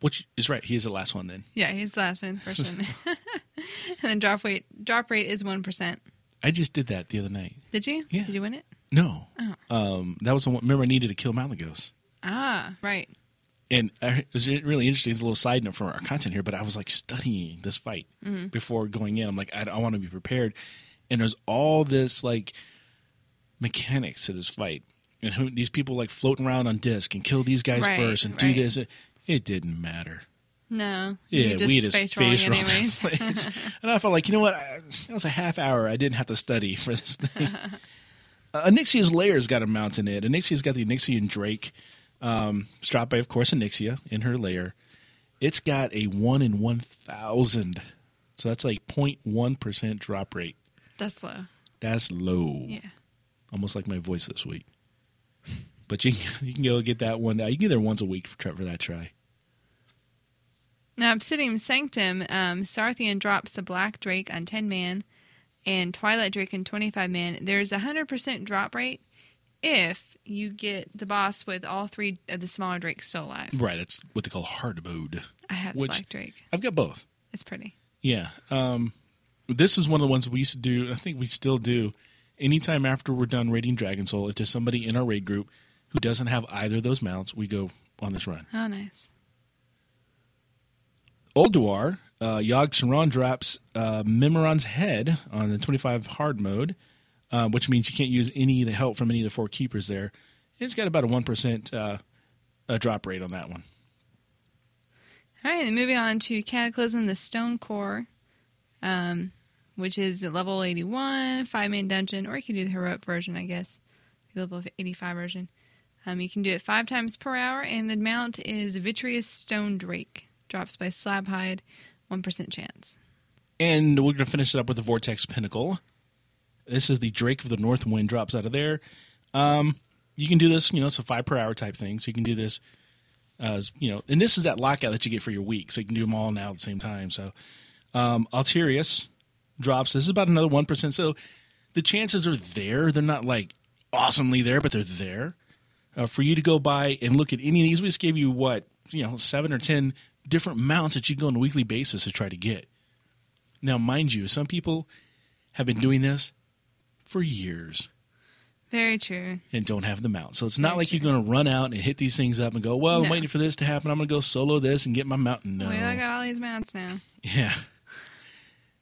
A: Which is right. He is the last one then.
B: Yeah, he's the last one, the first one. and then drop rate drop rate is one percent.
A: I just did that the other night.
B: Did you?
A: Yeah.
B: Did you win it?
A: No,
B: Oh.
A: um, that was the one. Remember, I needed to kill Malagos,
B: Ah, right.
A: and I, it was really interesting. It's a little side note from our content here, but I was like studying this fight
B: Mm-hmm.
A: before going in. I'm like, I, I want to be prepared, and there's all this like mechanics to this fight, and who, these people like floating around on disc and kill these guys
B: Right,
A: first and
B: right.
A: do this. It, it didn't matter.
B: No.
A: Yeah,
B: you just
A: we had a
B: space
A: space
B: rolling
A: roll that
B: anyways.
A: place. and I felt like, you know what? I, that was a half hour. I didn't have to study for this thing. uh, Anixia's Lair's got a mount in it. Anixia's got the Anixian Drake. Um, it's dropped by, of course, Anixia in her lair. It's got a 1 in 1,000. So that's like 0.1% drop rate.
B: That's low.
A: That's low.
B: Yeah.
A: Almost like my voice this week. But you, can- you can go get that one. Uh, You can get there once a week for, try- for that try.
B: Now, Obsidian Sanctum, um, Sarthian drops the Black Drake on 10 man and Twilight Drake on 25 man. There's a 100% drop rate if you get the boss with all three of the smaller Drakes still alive.
A: Right. That's what they call hard mode.
B: I have the
A: Which-
B: Black Drake.
A: I've got both.
B: It's pretty.
A: Yeah. Um, this is one of the ones we used to do. and I think we still do. Anytime after we're done raiding Dragon Soul, if there's somebody in our raid group who doesn't have either of those mounts, we go on this run.
B: Oh, nice.
A: Olduar, uh, Yog Saron drops uh, Memoron's head on the 25 hard mode, uh, which means you can't use any of the help from any of the four keepers there. It's got about a 1% uh, uh drop rate on that one.
B: All right, and moving on to Cataclysm, the Stone Core, um, which is at level 81, five man dungeon, or you can do the heroic version, I guess, the level 85 version. Um, you can do it five times per hour, and the mount is Vitreous Stone Drake. Drops by Slab Hide, 1% chance.
A: And we're going to finish it up with the Vortex Pinnacle. This is the Drake of the North Wind drops out of there. Um, you can do this, you know, it's a five per hour type thing. So you can do this, uh, you know, and this is that lockout that you get for your week. So you can do them all now at the same time. So um, Alterius drops. This is about another 1%. So the chances are there. They're not like awesomely there, but they're there uh, for you to go by and look at any of these. We just gave you what, you know, seven or 10 different mounts that you can go on a weekly basis to try to get. Now, mind you, some people have been doing this for years
B: Very true.
A: and don't have them out. So it's not like you're going to run out and hit these things up and go, well, I'm
B: No.
A: waiting for this to happen. I'm going to go solo this and get my mountain. No.
B: Well, I got all these mounts now.
A: yeah.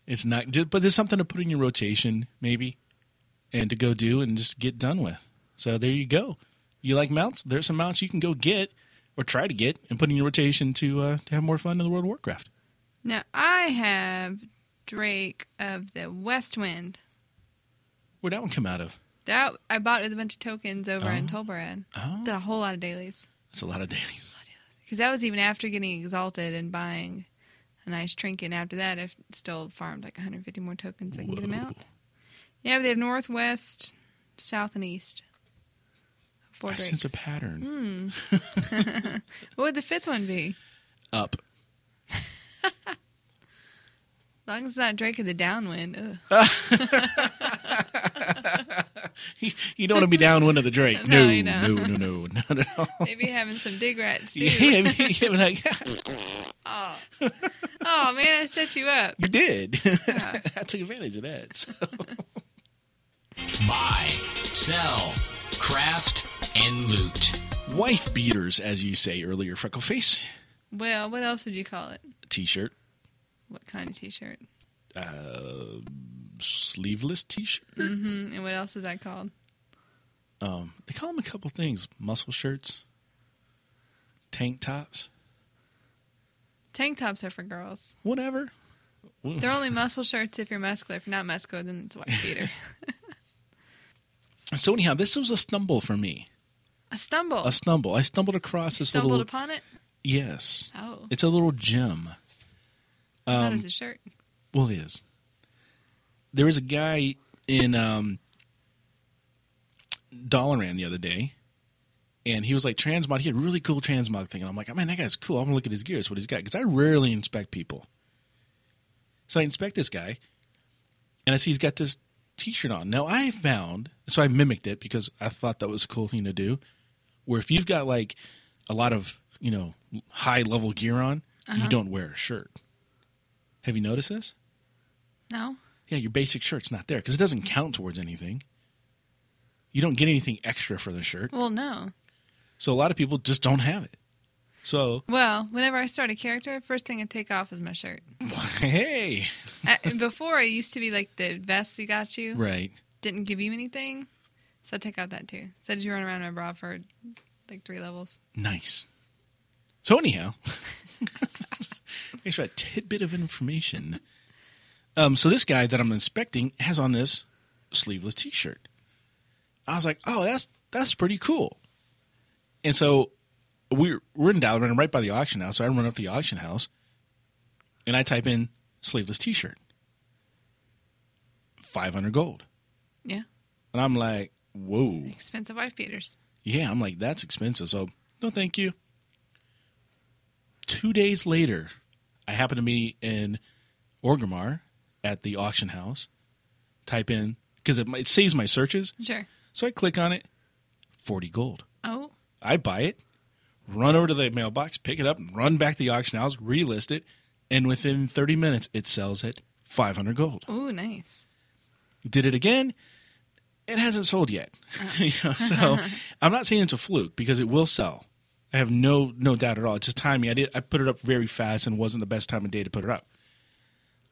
A: It's not, ju- but there's something to put in your rotation, maybe, and to go do and just get done with. So there you go. You like mounts? There's some mounts you can go get or try to get and put in your rotation to, uh, to have more fun in the World of Warcraft.
B: Now, I have Drake of the West Wind.
A: Where'd that one come out of?
B: That I bought with a bunch of tokens over in Tolbarad.
A: Oh.
B: Did a whole lot of dailies
A: That's a lot of dailies.
B: because that was even after getting exalted and buying a nice trinket. After that, I've still farmed like 150 more tokens. I can get them out. Yeah, but they have northwest, south, and east. Four
A: I sense
B: drakes.
A: a pattern.
B: Hmm. what would the fifth one be?
A: Up.
B: As long as it's not Drake of the Downwind. Ugh.
A: you don't want to be downwind of the Drake. No,
B: No,
A: no,
B: you
A: no,
B: don't.
A: no, not at all.
B: Maybe having some dig rats too.
A: Oh. Yeah, I mean, yeah, like,
B: Oh man, I set you up.
A: you did. I took advantage of that. So.
D: Buy, sell, craft, and loot.
A: Wife beaters, as you say earlier, Freckleface.
B: Well, what else would you call it?
A: T shirt,
B: What kind of T-shirt?
A: sleeveless t shirt.
B: Mm, And what else is that called?
A: They call them a couple things muscle shirts, tank tops,
B: Tank tops are for girls.
A: whatever.
B: They're only muscle shirts if you're muscular. If you're not muscular, then it's white beater.
A: So, anyhow, this was a stumble for me.
B: A stumble.
A: A stumble. I stumbled across this
B: Stumbled
A: little.
B: upon it.
A: yes.
B: Oh,
A: It's a little gem.
B: I thought it
A: um,
B: was a shirt.
A: Well, it is. There was a guy in um, Dalaran the other day, and he was like transmod. He had a really cool transmod thing, and I'm like, man, that guy's cool. I'm gonna look at his gear. That's what he's got because I rarely inspect people. So I inspect this guy, and I see he's got this T-shirt on. Now I found, so I mimicked it because I thought that was a cool thing to do. Where if you've got like a lot of you know high level gear on, you don't wear a shirt. Have you noticed this?
B: No.
A: Yeah, your basic shirt's not there because it doesn't count towards anything. You don't get anything extra for the shirt.
B: Well, no.
A: So a lot of people just don't have it. So,
B: Well, whenever I start a character, first thing I take off is my shirt.
A: hey.
B: I, and before it used to be like the vest you got you
A: Right.
B: didn't give you anything, so I take out that too. So I just run around in my bra for like three levels.
A: Nice. So, anyhow, thanks for that tidbit of information. Um, so, this guy that I'm inspecting has on this sleeveless t shirt. I was like, oh, that's that's pretty cool. And so we're, we're in Dalaran right by the auction house. So, I run up to the auction house and I type in sleeveless t shirt 500 gold.
B: Yeah,
A: And I'm like, whoa.
B: expensive wife beaters.
A: Yeah, I'm like, that's expensive. So, no, thank you. Two days later, I happen to be in Orgrimmar at the auction house. Type in, because it, it saves my searches.
B: Sure.
A: So I click on it, 40 gold.
B: Oh,
A: I buy it, run over to the mailbox, pick it up, and run back to the auction house, relist it. And within 30 minutes, it sells at 500 gold.
B: ooh, nice.
A: Did it again. It hasn't sold yet.
B: Uh.
A: You know, so I'm not saying it's a fluke because it will sell. I have no no doubt at all. It's just timing. I did I put it up very fast and wasn't the best time of day to put it up.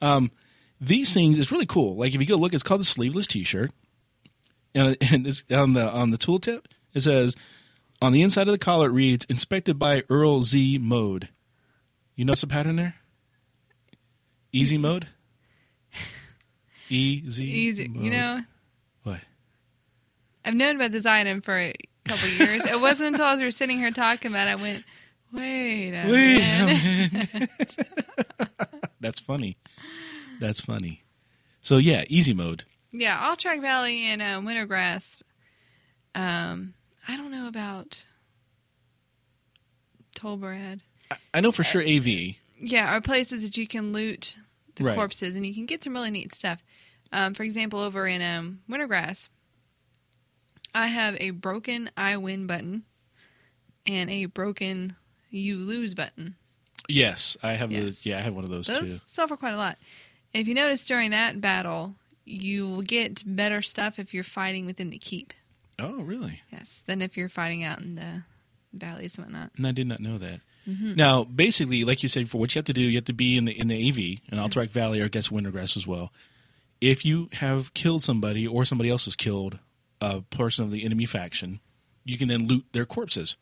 A: Um, these things it's really cool. Like if you go look, it's called the sleeveless T-shirt, and, and it's on the on the tooltip. It says on the inside of the collar it reads "Inspected by Earl Z Mode." You notice a pattern there? Easy mode. Easy.
B: Easy. You
A: mode.
B: know,
A: what?
B: I've known about this item for a couple years. it wasn't until as we were sitting here talking about it, I went, wait a
A: Wait a
B: minute.
A: minute. That's funny. That's funny. So yeah, easy mode.
B: Yeah, All Track Valley and um, Wintergrass. Um, I don't know about Tolbred.
A: I know for sure AV.
B: Yeah, are places that you can loot the
A: Right.
B: corpses and you can get some really neat stuff. Um, for example, over in um, Wintergrass, I have a broken I win button and a broken you lose button.
A: Yes, I have.
B: Yes.
A: The, yeah, I have one of those,
B: Those
A: too.
B: sell for quite a lot. If you notice during that battle, you will get better stuff if you're fighting within the keep.
A: Oh, really?
B: Yes, than if you're fighting out in the valleys and whatnot.
A: And I did not know that. Now, basically, like you said, for what you have to do, you have to be in the in the AV in Alterac Valley or I guess Wintergrass as well. If you have killed somebody or somebody else has killed a person of the enemy faction, you can then loot their corpses.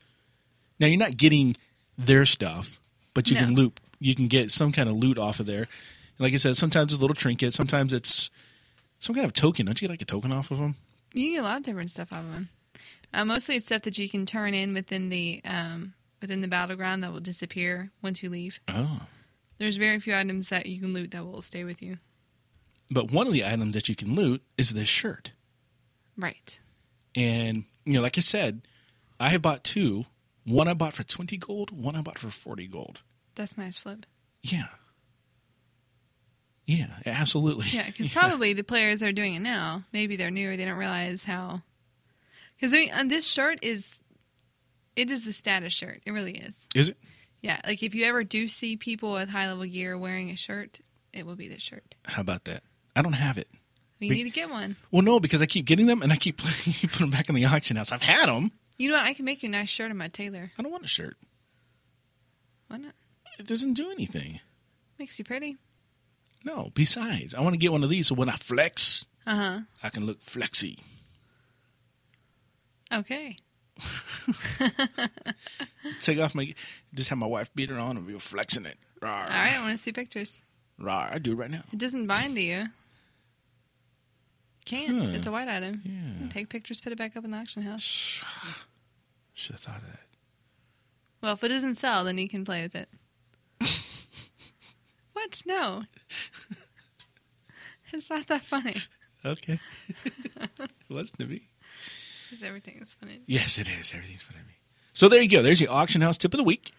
A: Now, you're not getting their stuff, but you
B: No.
A: can loot. You can get some kind of loot off of there. And like I said, sometimes it's a little trinket, sometimes it's some kind of token. Don't you get like a token off of them?
B: You get a lot of different stuff out of them. Uh, mostly it's stuff that you can turn in within the um, within the battleground that will disappear once you leave.
A: Oh.
B: There's very few items that you can loot that will stay with you.
A: But one of the items that you can loot is this shirt.
B: Right.
A: And you know, like I said, I have bought two. One I bought for twenty gold. One I bought for forty gold.
B: That's a nice flip.
A: Yeah, yeah, absolutely.
B: Yeah, because probably the players that are doing it now, maybe they're newer, they don't realize how. Because I mean, on this shirt is, it is the status shirt. It really is.
A: is it?
B: Yeah, like if you ever do see people with high level gear wearing a shirt, it will be this shirt.
A: How about that? I don't have it.
B: You
A: Be-
B: need to get one.
A: Well, no, because I keep getting them and I keep playing, keep putting them back in the auction house. I've had them.
B: You know what? I can make you a nice shirt on my tailor.
A: I don't want a shirt.
B: Why not?
A: It doesn't do anything.
B: Makes you pretty.
A: No. Besides, I want to get one of these so when I flex,
B: Uh
A: I can look flexy.
B: huh. Okay.
A: Take off my, just have my wife beat her on and be flexing it. Rawr,
B: All right. I want to see pictures.
A: rawr. I do it right now.
B: It doesn't bind to you. Can't.
A: Huh.
B: It's a white item.
A: Yeah.
B: Take pictures, put it back up in the auction house.
A: Should have thought of that.
B: Well, if it doesn't sell, then you can play with it. what? No. it's not that funny.
A: Okay. was to be.
B: Because everything is funny.
A: Yes, it is. Everything's fun at me. So there you go. There's your auction house tip of the week.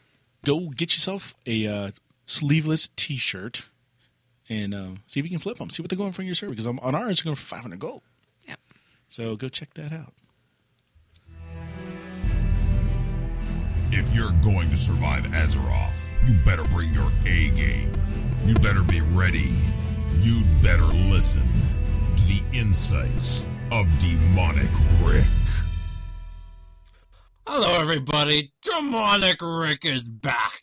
A: Go get yourself a uh, sleeveless T-shirt and um, see if you can flip them. See what they're going for in your server because on on ours they're going for 500 gold.
B: Yep.
A: So go check that out.
C: If you're going to survive Azeroth, you better bring your A game. You better be ready. You'd better listen to the insights of Demonic Rick.
D: Hello, everybody. Demonic Rick is back.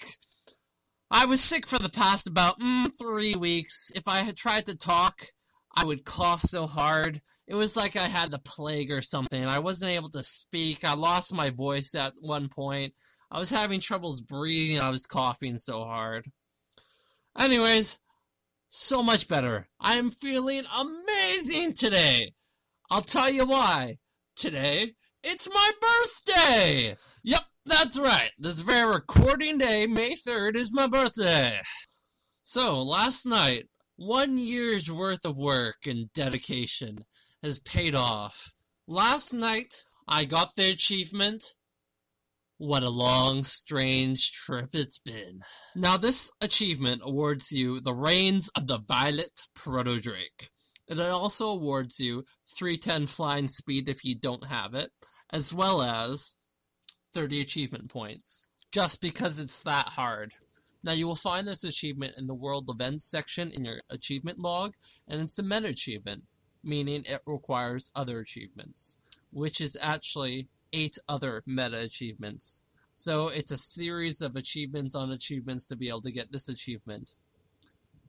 D: I was sick for the past about mm, three weeks. If I had tried to talk, I would cough so hard. It was like I had the plague or something. I wasn't able to speak. I lost my voice at one point. I was having troubles breathing. I was coughing so hard. Anyways, so much better. I am feeling amazing today. I'll tell you why. Today, it's my birthday! Yep, that's right. This very recording day, May 3rd, is my birthday. So, last night, one year's worth of work and dedication has paid off. Last night, I got the achievement. What a long, strange trip it's been. Now, this achievement awards you the reins of the Violet Protodrake. It also awards you 310 flying speed if you don't have it, as well as 30 achievement points, just because it's that hard. Now, you will find this achievement in the World Events section in your achievement log, and it's a meta achievement, meaning it requires other achievements, which is actually eight other meta achievements. So, it's a series of achievements on achievements to be able to get this achievement.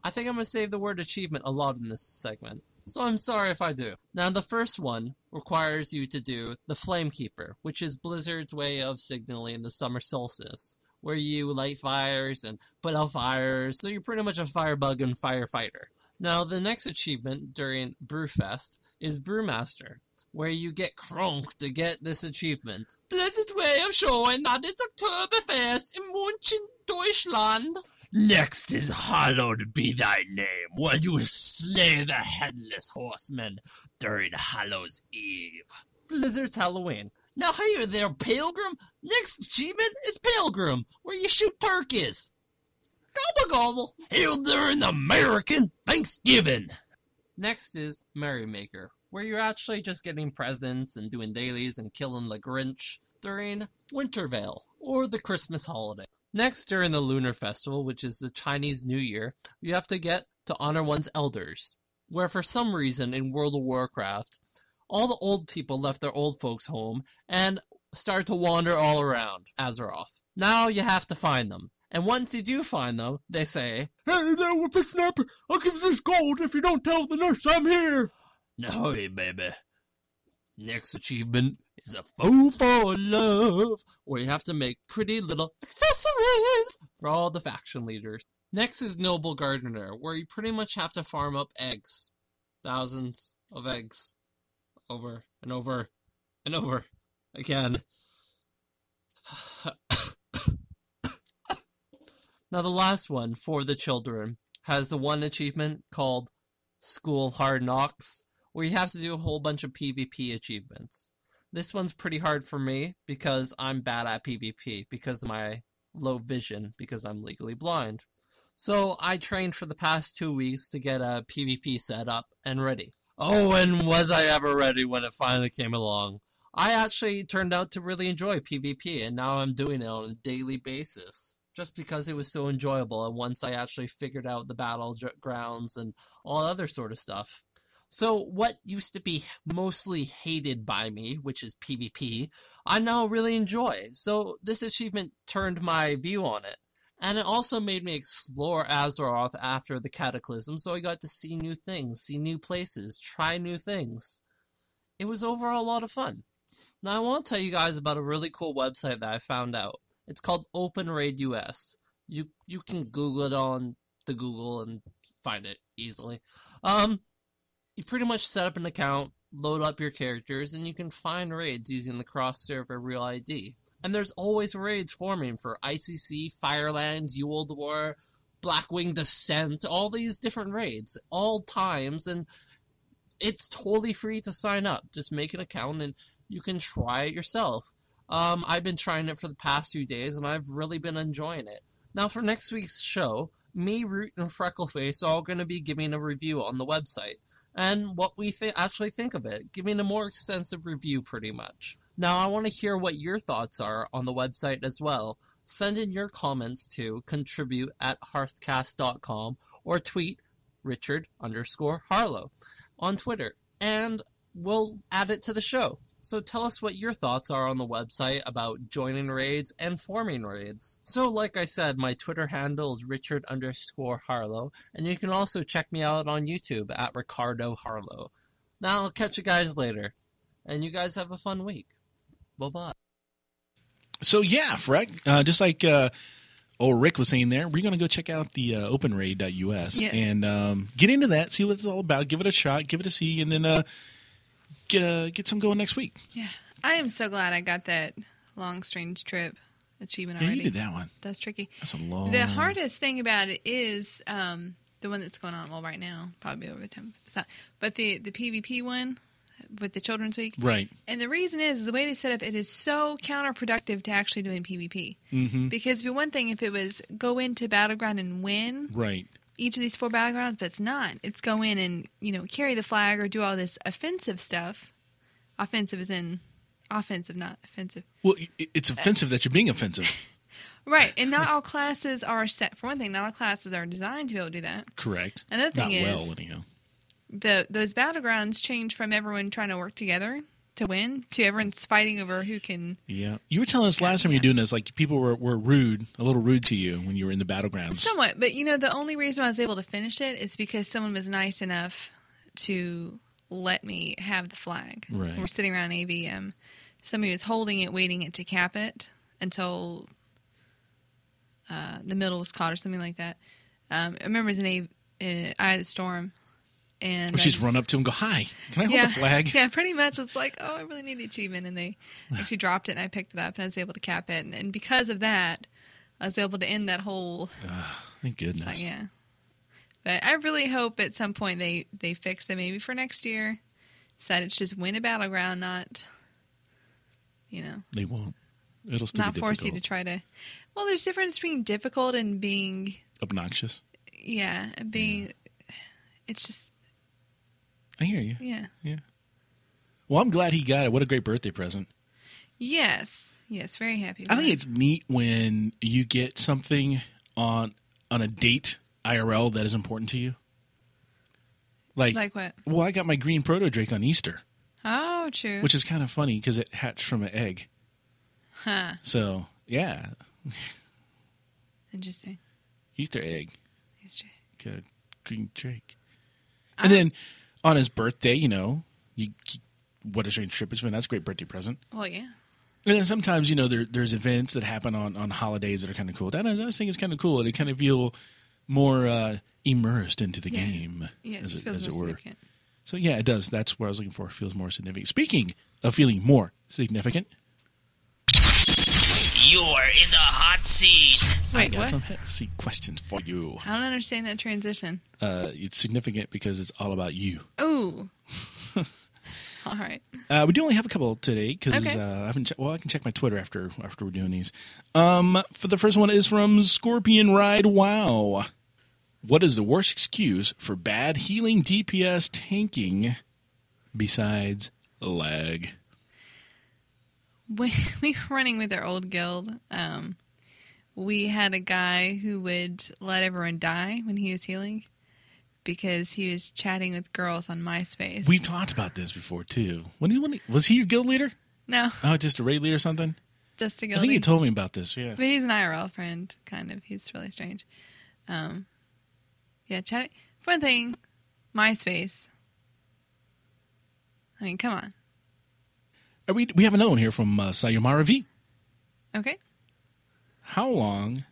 D: I think I'm going to save the word achievement a lot in this segment. So I'm sorry if I do. Now, the first one requires you to do the Flamekeeper, which is Blizzard's way of signaling the summer solstice, where you light fires and put out fires, so you're pretty much a firebug and firefighter. Now, the next achievement during Brewfest is Brewmaster, where you get Kronk to get this achievement. Pleasant way of showing that it's Oktoberfest in München, Deutschland. Next is hallowed be thy name, where you slay the headless horseman during Hallows Eve. Blizzard's Halloween. Now, hey there, Pilgrim. Next achievement is Pilgrim, where you shoot turkeys. Gobble gobble. Hail during American Thanksgiving. Next is Merrymaker, where you're actually just getting presents and doing dailies and killing the Grinch during Wintervale or the Christmas holiday. Next, during the Lunar Festival, which is the Chinese New Year, you have to get to honor one's elders, where for some reason in World of Warcraft, all the old people left their old folks' home and started to wander all around Azeroth. Now you have to find them. And once you do find them, they say, Hey there, whippersnapper! I'll give you this gold if you don't tell the nurse I'm here! No, hey, baby. Next achievement is a foe for love, where you have to make pretty little accessories for all the faction leaders. Next is Noble Gardener, where you pretty much have to farm up eggs. Thousands of eggs. Over and over and over again. now, the last one for the children has the one achievement called School of Hard Knocks, where you have to do a whole bunch of PvP achievements. This one's pretty hard for me because I'm bad at PvP because of my low vision because I'm legally blind. So I trained for the past two weeks to get a PvP set up and ready. Oh, and was I ever ready when it finally came along? I actually turned out to really enjoy PvP and now I'm doing it on a daily basis just because it was so enjoyable and once I actually figured out the battlegrounds and all other sort of stuff. So, what used to be mostly hated by me, which is PvP, I now really enjoy. So, this achievement turned my view on it. And it also made me explore Azeroth after the Cataclysm, so I got to see new things, see new places, try new things. It was overall a lot of fun. Now, I want to tell you guys about a really cool website that I found out. It's called Open Raid US. You, you can Google it on the Google and find it easily. Um, you pretty much set up an account, load up your characters, and you can find raids using the cross server real ID. And there's always raids forming for ICC, Firelands, Yule War, Blackwing Descent, all these different raids, all times, and it's totally free to sign up. Just make an account and you can try it yourself. Um, I've been trying it for the past few days and I've really been enjoying it. Now, for next week's show, me, Root, and Freckleface are all going to be giving a review on the website and what we th- actually think of it, giving a more extensive review pretty much. Now, I want to hear what your thoughts are on the website as well. Send in your comments to contribute at hearthcast.com or tweet Richard underscore Harlow on Twitter, and we'll add it to the show. So tell us what your thoughts are on the website about joining raids and forming raids. So like I said, my Twitter handle is Richard underscore Harlow, and you can also check me out on YouTube at Ricardo Harlow. Now I'll catch you guys later. And you guys have a fun week. Bye bye.
A: So yeah, Freck, uh, just like uh, old Rick was saying there, we're going to go check out the uh, openraid.us
B: Yes.
A: and um, get into that, see what it's all about, give it a shot, give it a see, and then uh, get uh, get some going next week.
B: Yeah. I am so glad I got that long strange trip achievement
A: Yeah,
B: already.
A: you did that one.
B: That's tricky.
A: That's a long.
B: The hardest thing about it is um, the one that's going on well right now, probably over the time. It's not, but the the PvP one with the Children's Week,
A: Right.
B: and the reason is, is the way it is set up. It is so counterproductive to actually doing PvP
A: hmm
B: because it'd be one thing if it was go into battleground and win
A: Right.
B: each of these four battlegrounds, but it's not. It's go in and you know carry the flag or do all this offensive stuff. Offensive is in offensive, not offensive.
A: Well, i- it's offensive that you're being offensive.
B: Right, and not all classes are set for one thing. Not all classes are designed to be able to do that.
A: Correct.
B: Another thing
A: Not
B: is-
A: well, anyhow.
B: the those battlegrounds change from everyone trying to work together to win to everyone's fighting over who can.
A: Yeah. You were telling us last time you were doing this, like people were, were rude, a little rude to you when you were in the battlegrounds.
B: Somewhat, but you know the only reason I was able to finish it is because someone was nice enough to let me have the flag.
A: Right.
B: When we're sitting around an AVM. Somebody was holding it, waiting it to cap it until uh, the middle was caught or something like that. Um, I remember it was an A- uh, Eye of the Storm. And
A: Or
B: I
A: Oh, she's
B: just-
A: run up to him, and go, "Hi, can I hold
B: yeah,
A: the flag?"
B: Yeah, pretty much. It's like, oh, I really need achievement, and they actually dropped it, and I picked it up, and I was able to cap it, and, and because of that, I was able to end that whole.
A: Thank goodness.
B: Like, yeah, but I really hope at some point they they fix it, maybe for next year, so that it's just win a battleground, not you know,
A: They won't. It'll still
B: not
A: be
B: force you to
A: difficult.
B: try to. Well, there's difference between difficult and being
A: Obnoxious.
B: yeah being. It's just
A: I hear you.
B: yeah.
A: Yeah. Well, I'm glad he got it. What a great birthday present.
B: Yes. Yes. Very happy.
A: I
B: with
A: think
B: it.
A: it's neat when you get something on on a date IRL that is important to you. Like,
B: like what?
A: well, I got my green proto drake on Easter,
B: Oh, true.
A: which is kind of funny because it hatched from an egg.
B: huh.
A: So yeah,
B: Interesting.
A: Easter egg.
B: History.
A: Got a green drake.
B: Uh-huh.
A: And then on his birthday, you know, you what a strange trip it's been. That's a great birthday present.
B: Well, yeah.
A: And then sometimes you know there, there's events that happen on, on holidays that are kind of cool. That I just think is kind of cool. and It kind of feel more uh, immersed into the
B: Yeah.
A: game,
B: Yeah, it
A: as, it,
B: feels
A: as it
B: more
A: were.
B: significant.
A: So yeah, it does. That's what I was looking for. It feels more significant. Speaking of feeling more significant,
E: You're in the hot seat.
A: I
B: Wait,
A: got
B: what?
A: some hot seat questions for you.
B: I don't understand that transition.
A: Uh, it's significant because it's all about you.
B: Ooh. All right.
A: Uh, we do only have a couple today because
B: Okay.
A: uh, I haven't. Che- well, I can check my Twitter after after we're doing these. Um, for the first one is from Scorpion Ride. Wow, what is the worst excuse for bad healing DPS tanking besides lag?
B: When we were running with our old guild, um, we had a guy who would let everyone die when he was healing because he was chatting with girls on MySpace.
A: We've talked about this before too. When he, when he- was he your guild leader?
B: no,
A: Oh, just a raid leader or something?
B: just to go.
A: I think you told me about this. Yeah,
B: But he's an IRL friend, kind of. He's really strange. Um, yeah, chat. For one thing, MySpace. I mean, come on.
A: Are Uh, we we have another one here from uh, Sayumara V.
B: Okay.
A: How long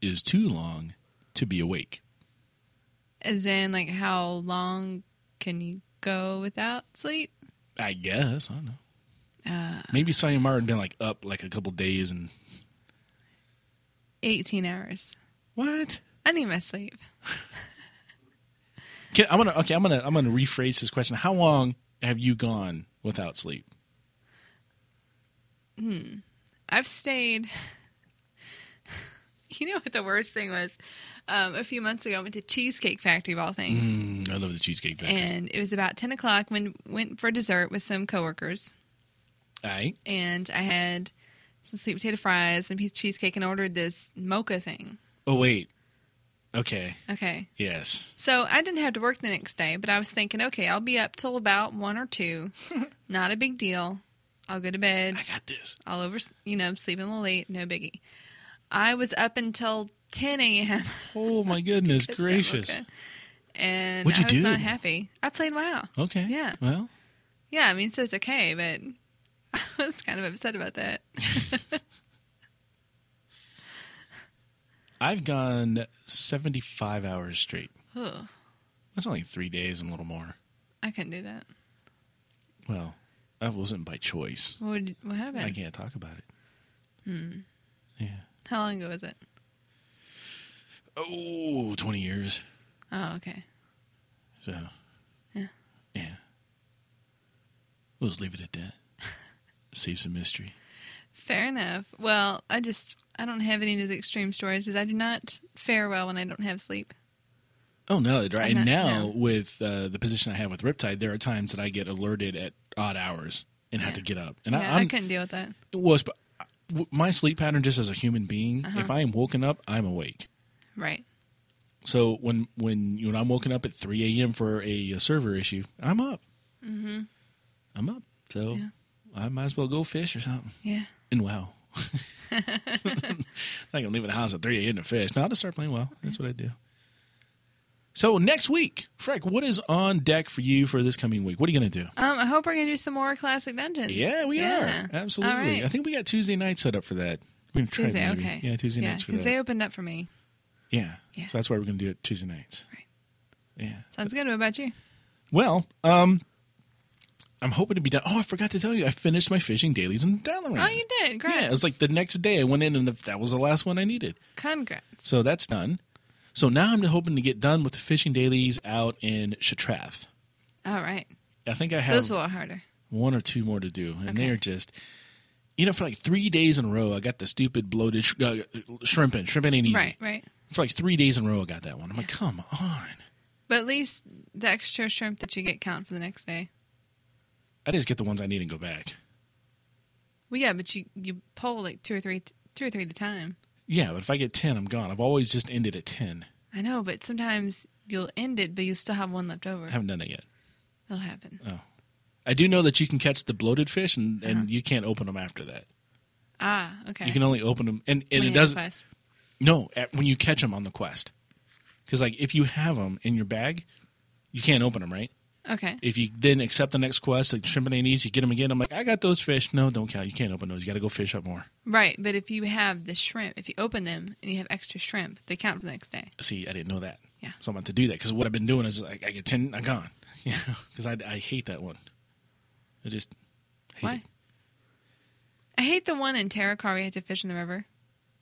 A: is too long to be awake?
B: As in, like, how long can you go without sleep?
A: I guess I don't know.
B: Uh,
A: Maybe Sonya Mara had been like up like a couple days and
B: 18 hours.
A: what?
B: I need my sleep.
A: Can, I'm gonna okay. I'm gonna I'm gonna rephrase this question. How long have you gone without sleep?
B: I've stayed. you know what the worst thing was? Um, a few months ago, I went to Cheesecake Factory, of all things.
A: Mm, I love the cheesecake factory.
B: And it was about 10 o'clock when went for dessert with some coworkers.
A: All right.
B: and I had some sweet potato fries and a piece of cheesecake and ordered this mocha thing.
A: Oh wait. Okay.
B: Okay.
A: Yes.
B: So I didn't have to work the next day, but I was thinking, okay, I'll be up till about one or two. Not a big deal. I'll go to bed.
A: I got this.
B: I'll over, you know, sleep a little late. No biggie. I was up until 10 a.m.
A: Oh my goodness
B: It's that
A: gracious.
B: mocha. And
A: What'd you
B: I was
A: do?
B: not happy. I played WoW.
A: Okay.
B: Yeah.
A: Well,
B: Yeah, I mean, so it's okay, but I was kind of upset about that.
A: I've gone 75 hours straight.
B: Ugh,
A: That's only three days and a little more.
B: I couldn't do that.
A: Well, that wasn't by choice.
B: What, would, what happened?
A: I can't talk about it.
B: Hmm.
A: Yeah.
B: How long ago was it?
A: Oh, 20 years.
B: Oh, okay.
A: So,
B: Yeah.
A: yeah. We'll just leave it at that. Save some mystery.
B: Fair enough. Well, I just I don't have any of those extreme stories because I do not fare well when I don't have sleep.
A: Oh no! Right
B: I'm not-
A: now,
B: no.
A: with uh, the position I have with Riptide, there are times that I get alerted at odd hours and have
B: Yeah.
A: to get up. And
B: Yeah,
A: I,
B: I,
A: I'm,
B: couldn't deal with that.
A: it was but I- w- my sleep pattern just as a human being.
B: Uh-huh.
A: If I am woken up, I'm awake.
B: Right.
A: So when when when I'm woken up at 3 a.m. for a, uh server issue, I'm up. Mm-hmm. I'm up. So
B: Yeah.
A: I might as well go fish or something.
B: Yeah.
A: and WoW. I can leave the house at 3 a.m. to fish. No, I'll just start playing WoW. That's what I do. So next week, Frank, what is on deck for you for this coming week? What are you going to do?
B: Um, I hope we're gonna do some more classic dungeons.
A: Yeah, we
B: Yeah.
A: are absolutely.
B: All right.
A: I think we got Tuesday night set up for that. We're going to try
B: Tuesday,
A: maybe.
B: okay.
A: Yeah, Tuesday
B: yeah,
A: nights for that.
B: because they opened up for me.
A: yeah.
B: Yeah.
A: so that's why we're going to do it Tuesday nights.
B: Right.
A: Yeah.
B: Sounds good. What about you?
A: Well, um, I'm hoping to be done. Oh, I forgot to tell you, I finished my fishing dailies in Dalaran.
B: Oh, you did. Great.
A: Yeah, it was like the next day I went in, and the, that was the last one I needed.
B: Congrats.
A: So that's done. So now I'm hoping to get done with the fishing dailies out in Shatrath.
B: All right.
A: I think I have
B: Those were a lot harder.
A: one or two more to do, and
B: Okay.
A: they are just, you know, for like three days in a row, I got the stupid bloated sh- uh, shrimping. Shrimping ain't easy.
B: Right, right.
A: For like three days in a row, I got that one. I'm like, come on!
B: But at least the extra shrimp that you get count for the next day.
A: I just get the ones I need and go back.
B: Well, yeah, but you you pull like two or three, two or three at a time.
A: Yeah, but if I get ten, I'm gone. I've always just ended at ten.
B: I know, but sometimes you'll end it, but you still have one left over.
A: I haven't done that yet.
B: That'll happen.
A: I do know that you can catch the bloated fish, and, and you can't open them after that.
B: Ah, Uh-huh. okay.
A: You can only open them, and, and
B: When
A: it
B: you have a
A: doesn't.
B: quest.
A: No, at, when you catch them on the quest, because like if you have them in your bag, you can't open them, right?
B: Okay.
A: If you then accept the next quest, like shrimp and anise, you get them again. I'm like, I got those fish. No, don't count. You can't open those. You got to go fish up more.
B: Right, but if you have the shrimp, if you open them and you have extra shrimp, they count for the next day.
A: See, I didn't know that.
B: Yeah.
A: So I'm about to do that because what I've been doing is like, I get ten, I'm gone. Yeah, because I, I hate that one. I just hate
B: Why?
A: it.
B: I hate the one in Terracar where you had to fish in the river.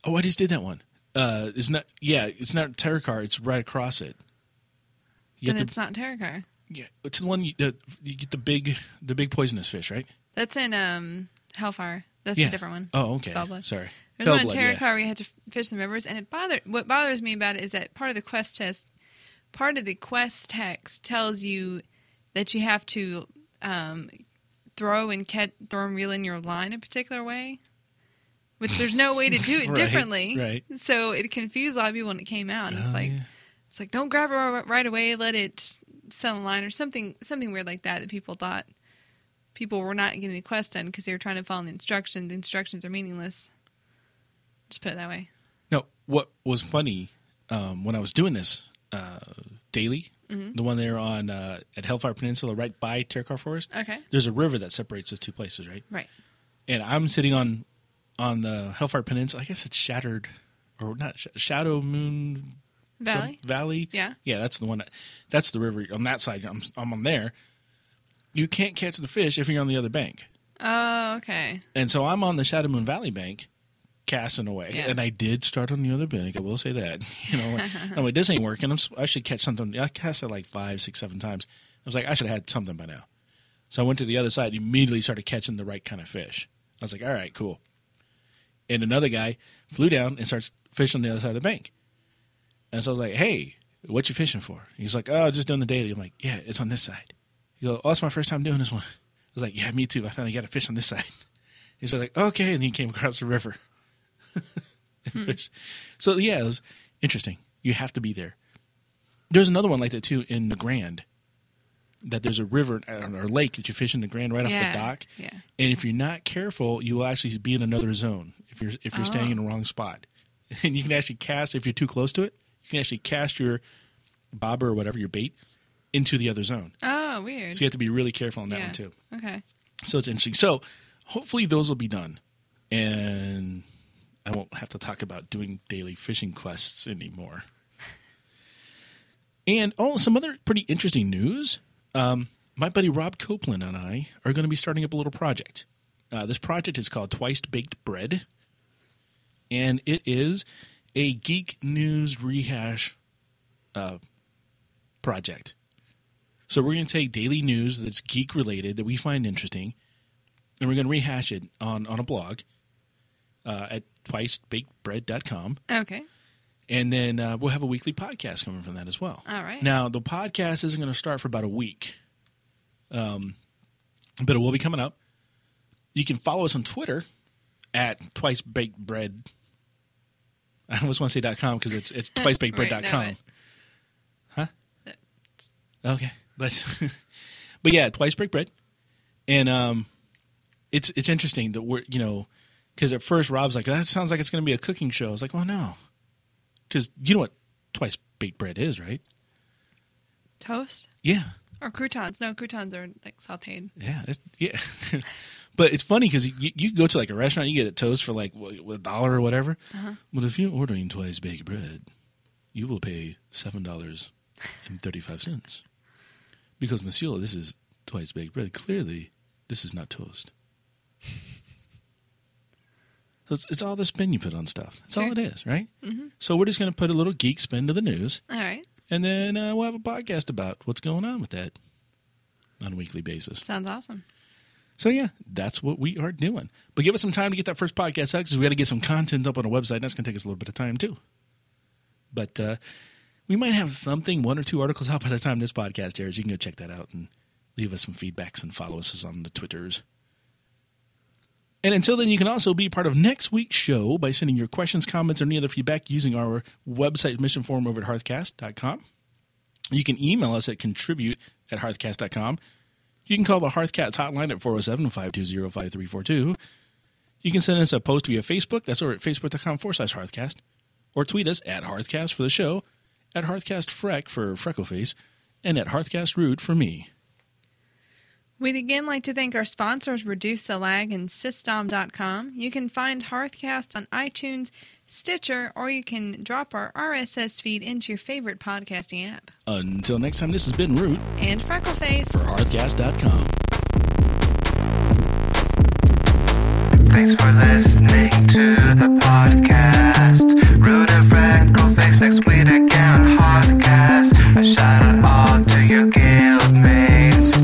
A: Oh, I just did that one. Uh, it's not. Yeah, it's not Terracar. It's right across it. You
B: Then
A: get
B: it's not Terracar.
A: yeah, it's the one you, the, you get the big, the big poisonous fish, right?
B: That's in um Hellfire. That's
A: yeah,
B: a different one.
A: Oh, okay.
B: Fellblood.
A: Sorry,
B: There's one in
A: Fellblood,
B: Terracar
A: yeah.
B: where you had to fish in the rivers, and it bothered. What bothers me about it is that part of the quest test, part of the quest text tells you that you have to um, throw and catch, throw and reel in your line a particular way, which there's no way to do it
A: Right,
B: differently.
A: right.
B: So it confused a lot of people when it came out. And it's
A: Oh,
B: like
A: yeah.
B: it's like don't grab it ri- right away, let it set in line or something something weird like that that people thought people were not getting the quest done because they were trying to follow the instructions. The instructions are meaningless. Just put it that way.
A: No, what was funny um, when I was doing this uh, daily,
B: Mm-hmm.
A: the one there on uh, at Hellfire Peninsula, right by Terracar Forest.
B: Okay.
A: There's a river that separates those two places, right?
B: Right.
A: and I'm sitting on on the Hellfire Peninsula. I guess it's Shattered or not Sh- Shadow Moon some-
B: Valley?
A: Valley.
B: Yeah.
A: yeah, that's the one. That, that's the river on that side. I'm I'm on there. You can't catch the fish if you're on the other bank,
B: Oh, okay.
A: and so I'm on the Shadow Moon Valley bank, casting away.
B: Yeah.
A: And I did start on the other bank. I will say that. You know, like, I'm like, this ain't working. I'm, s- I should catch something. I cast it like five, six, seven times. I was like, I should have had something by now. So I went to the other side and immediately started catching the right kind of fish. I was like, all right, cool. And another guy flew down and starts fishing on the other side of the bank. And so I was like, hey, what you fishing for? He's like, oh, just doing the daily. I'm like, yeah, it's on this side. He goes, oh, that's my first time doing this one. I was like, yeah, me too. I finally got a fish on this side. He's like, okay. And he came across the river. And fish. So, yeah, it was interesting. You have to be there. There's another one like that, too, in the Grand. That there's a river I don't know, or lake that you fish in the Grand right off
B: Yeah,
A: the dock.
B: yeah.
A: And if you're not careful, you will actually be in another zone if you're if you're staying in
B: Oh.
A: the wrong spot. And you can actually cast if you're too close to it, you can actually cast your bobber or whatever your bait into the other zone.
B: Oh, weird.
A: So you have to be really careful on that
B: yeah.
A: one too.
B: Okay.
A: So it's interesting. So hopefully those will be done, and I won't have to talk about doing daily fishing quests anymore. And oh, some other pretty interesting news. Um, my buddy Rob Copeland and I are going to be starting up a little project. Uh, this project is called Twice Baked Bread, and it is a geek news rehash uh, project. So we're going to take daily news that's geek related that we find interesting, and we're going to rehash it on on a blog uh, at twicebakedbread.com.
B: Okay.
A: And then uh, we'll have a weekly podcast coming from that as well.
B: All right.
A: Now, the podcast isn't going to start for about a week, um, but it will be coming up. You can follow us on Twitter at Twice Baked Bread. I almost want to say dot .com because it's, it's
B: Right,
A: twicebakedbread.com.
B: now
A: com. huh? Okay. But, but yeah, Twice Baked Bread. And um, it's, it's interesting that we're, you know, because at first Rob's like, that sounds like it's going to be a cooking show. I was like, well, no. Because you know what Twice Baked Bread is, right?
B: Toast
A: Yeah,
B: or croutons? No, croutons are like sautéed.
A: yeah, that's, yeah. but it's funny because you, you go to like a restaurant, you get a toast for like wha- a dollar or whatever. But if you're ordering twice baked bread, you will pay seven dollars and thirty five cents because Monsieur, this is twice baked bread. Clearly, this is not toast. So It's, it's all the spin you put on stuff. That's all
B: Sure.
A: it is, right? So we're just going to put a little geek spin to the news,
B: All right,
A: and then uh, we'll have a podcast about what's going on with that on a weekly basis.
B: sounds awesome.
A: So yeah, that's what we are doing. But give us some time to get that first podcast out because we got to get some content up on our website. And that's going to take us a little bit of time too. But uh, we might have something, one or two articles out by the time this podcast airs. You can go check that out and leave us some feedbacks and follow us on the Twitters. And until then, you can also be part of next week's show by sending your questions, comments, or any other feedback using our website mission form over at hearthcast.com. You can email us at contribute at hearthcast.com. You can call the Hearthcats hotline at 407 520 5342. You can send us a post via Facebook. That's over at facebook.com forward slash Hearthcast. Or tweet us at Hearthcast for the show, at HearthcastFreck for Freckleface, and at HearthcastRude for me.
B: We'd again like to thank our sponsors, Reduce the Lag and System.com. You can find Hearthcast on iTunes, Stitcher, or you can drop our RSS feed into your favorite podcasting app.
A: Until next time, this has been Root
B: And Freckleface.
A: for Hearthcast.com.
F: Thanks for listening to the podcast. Rude and Freckle, thanks next week again on Hearthcast. A shout out all to your guild mates.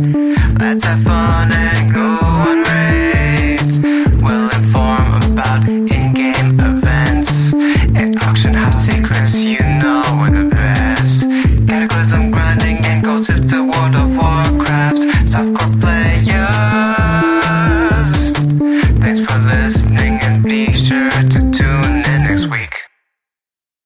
F: Let's have fun and go on raids. We'll inform about in game events and auction house secrets. You know we're the best. Cataclysm grinding and gossip to war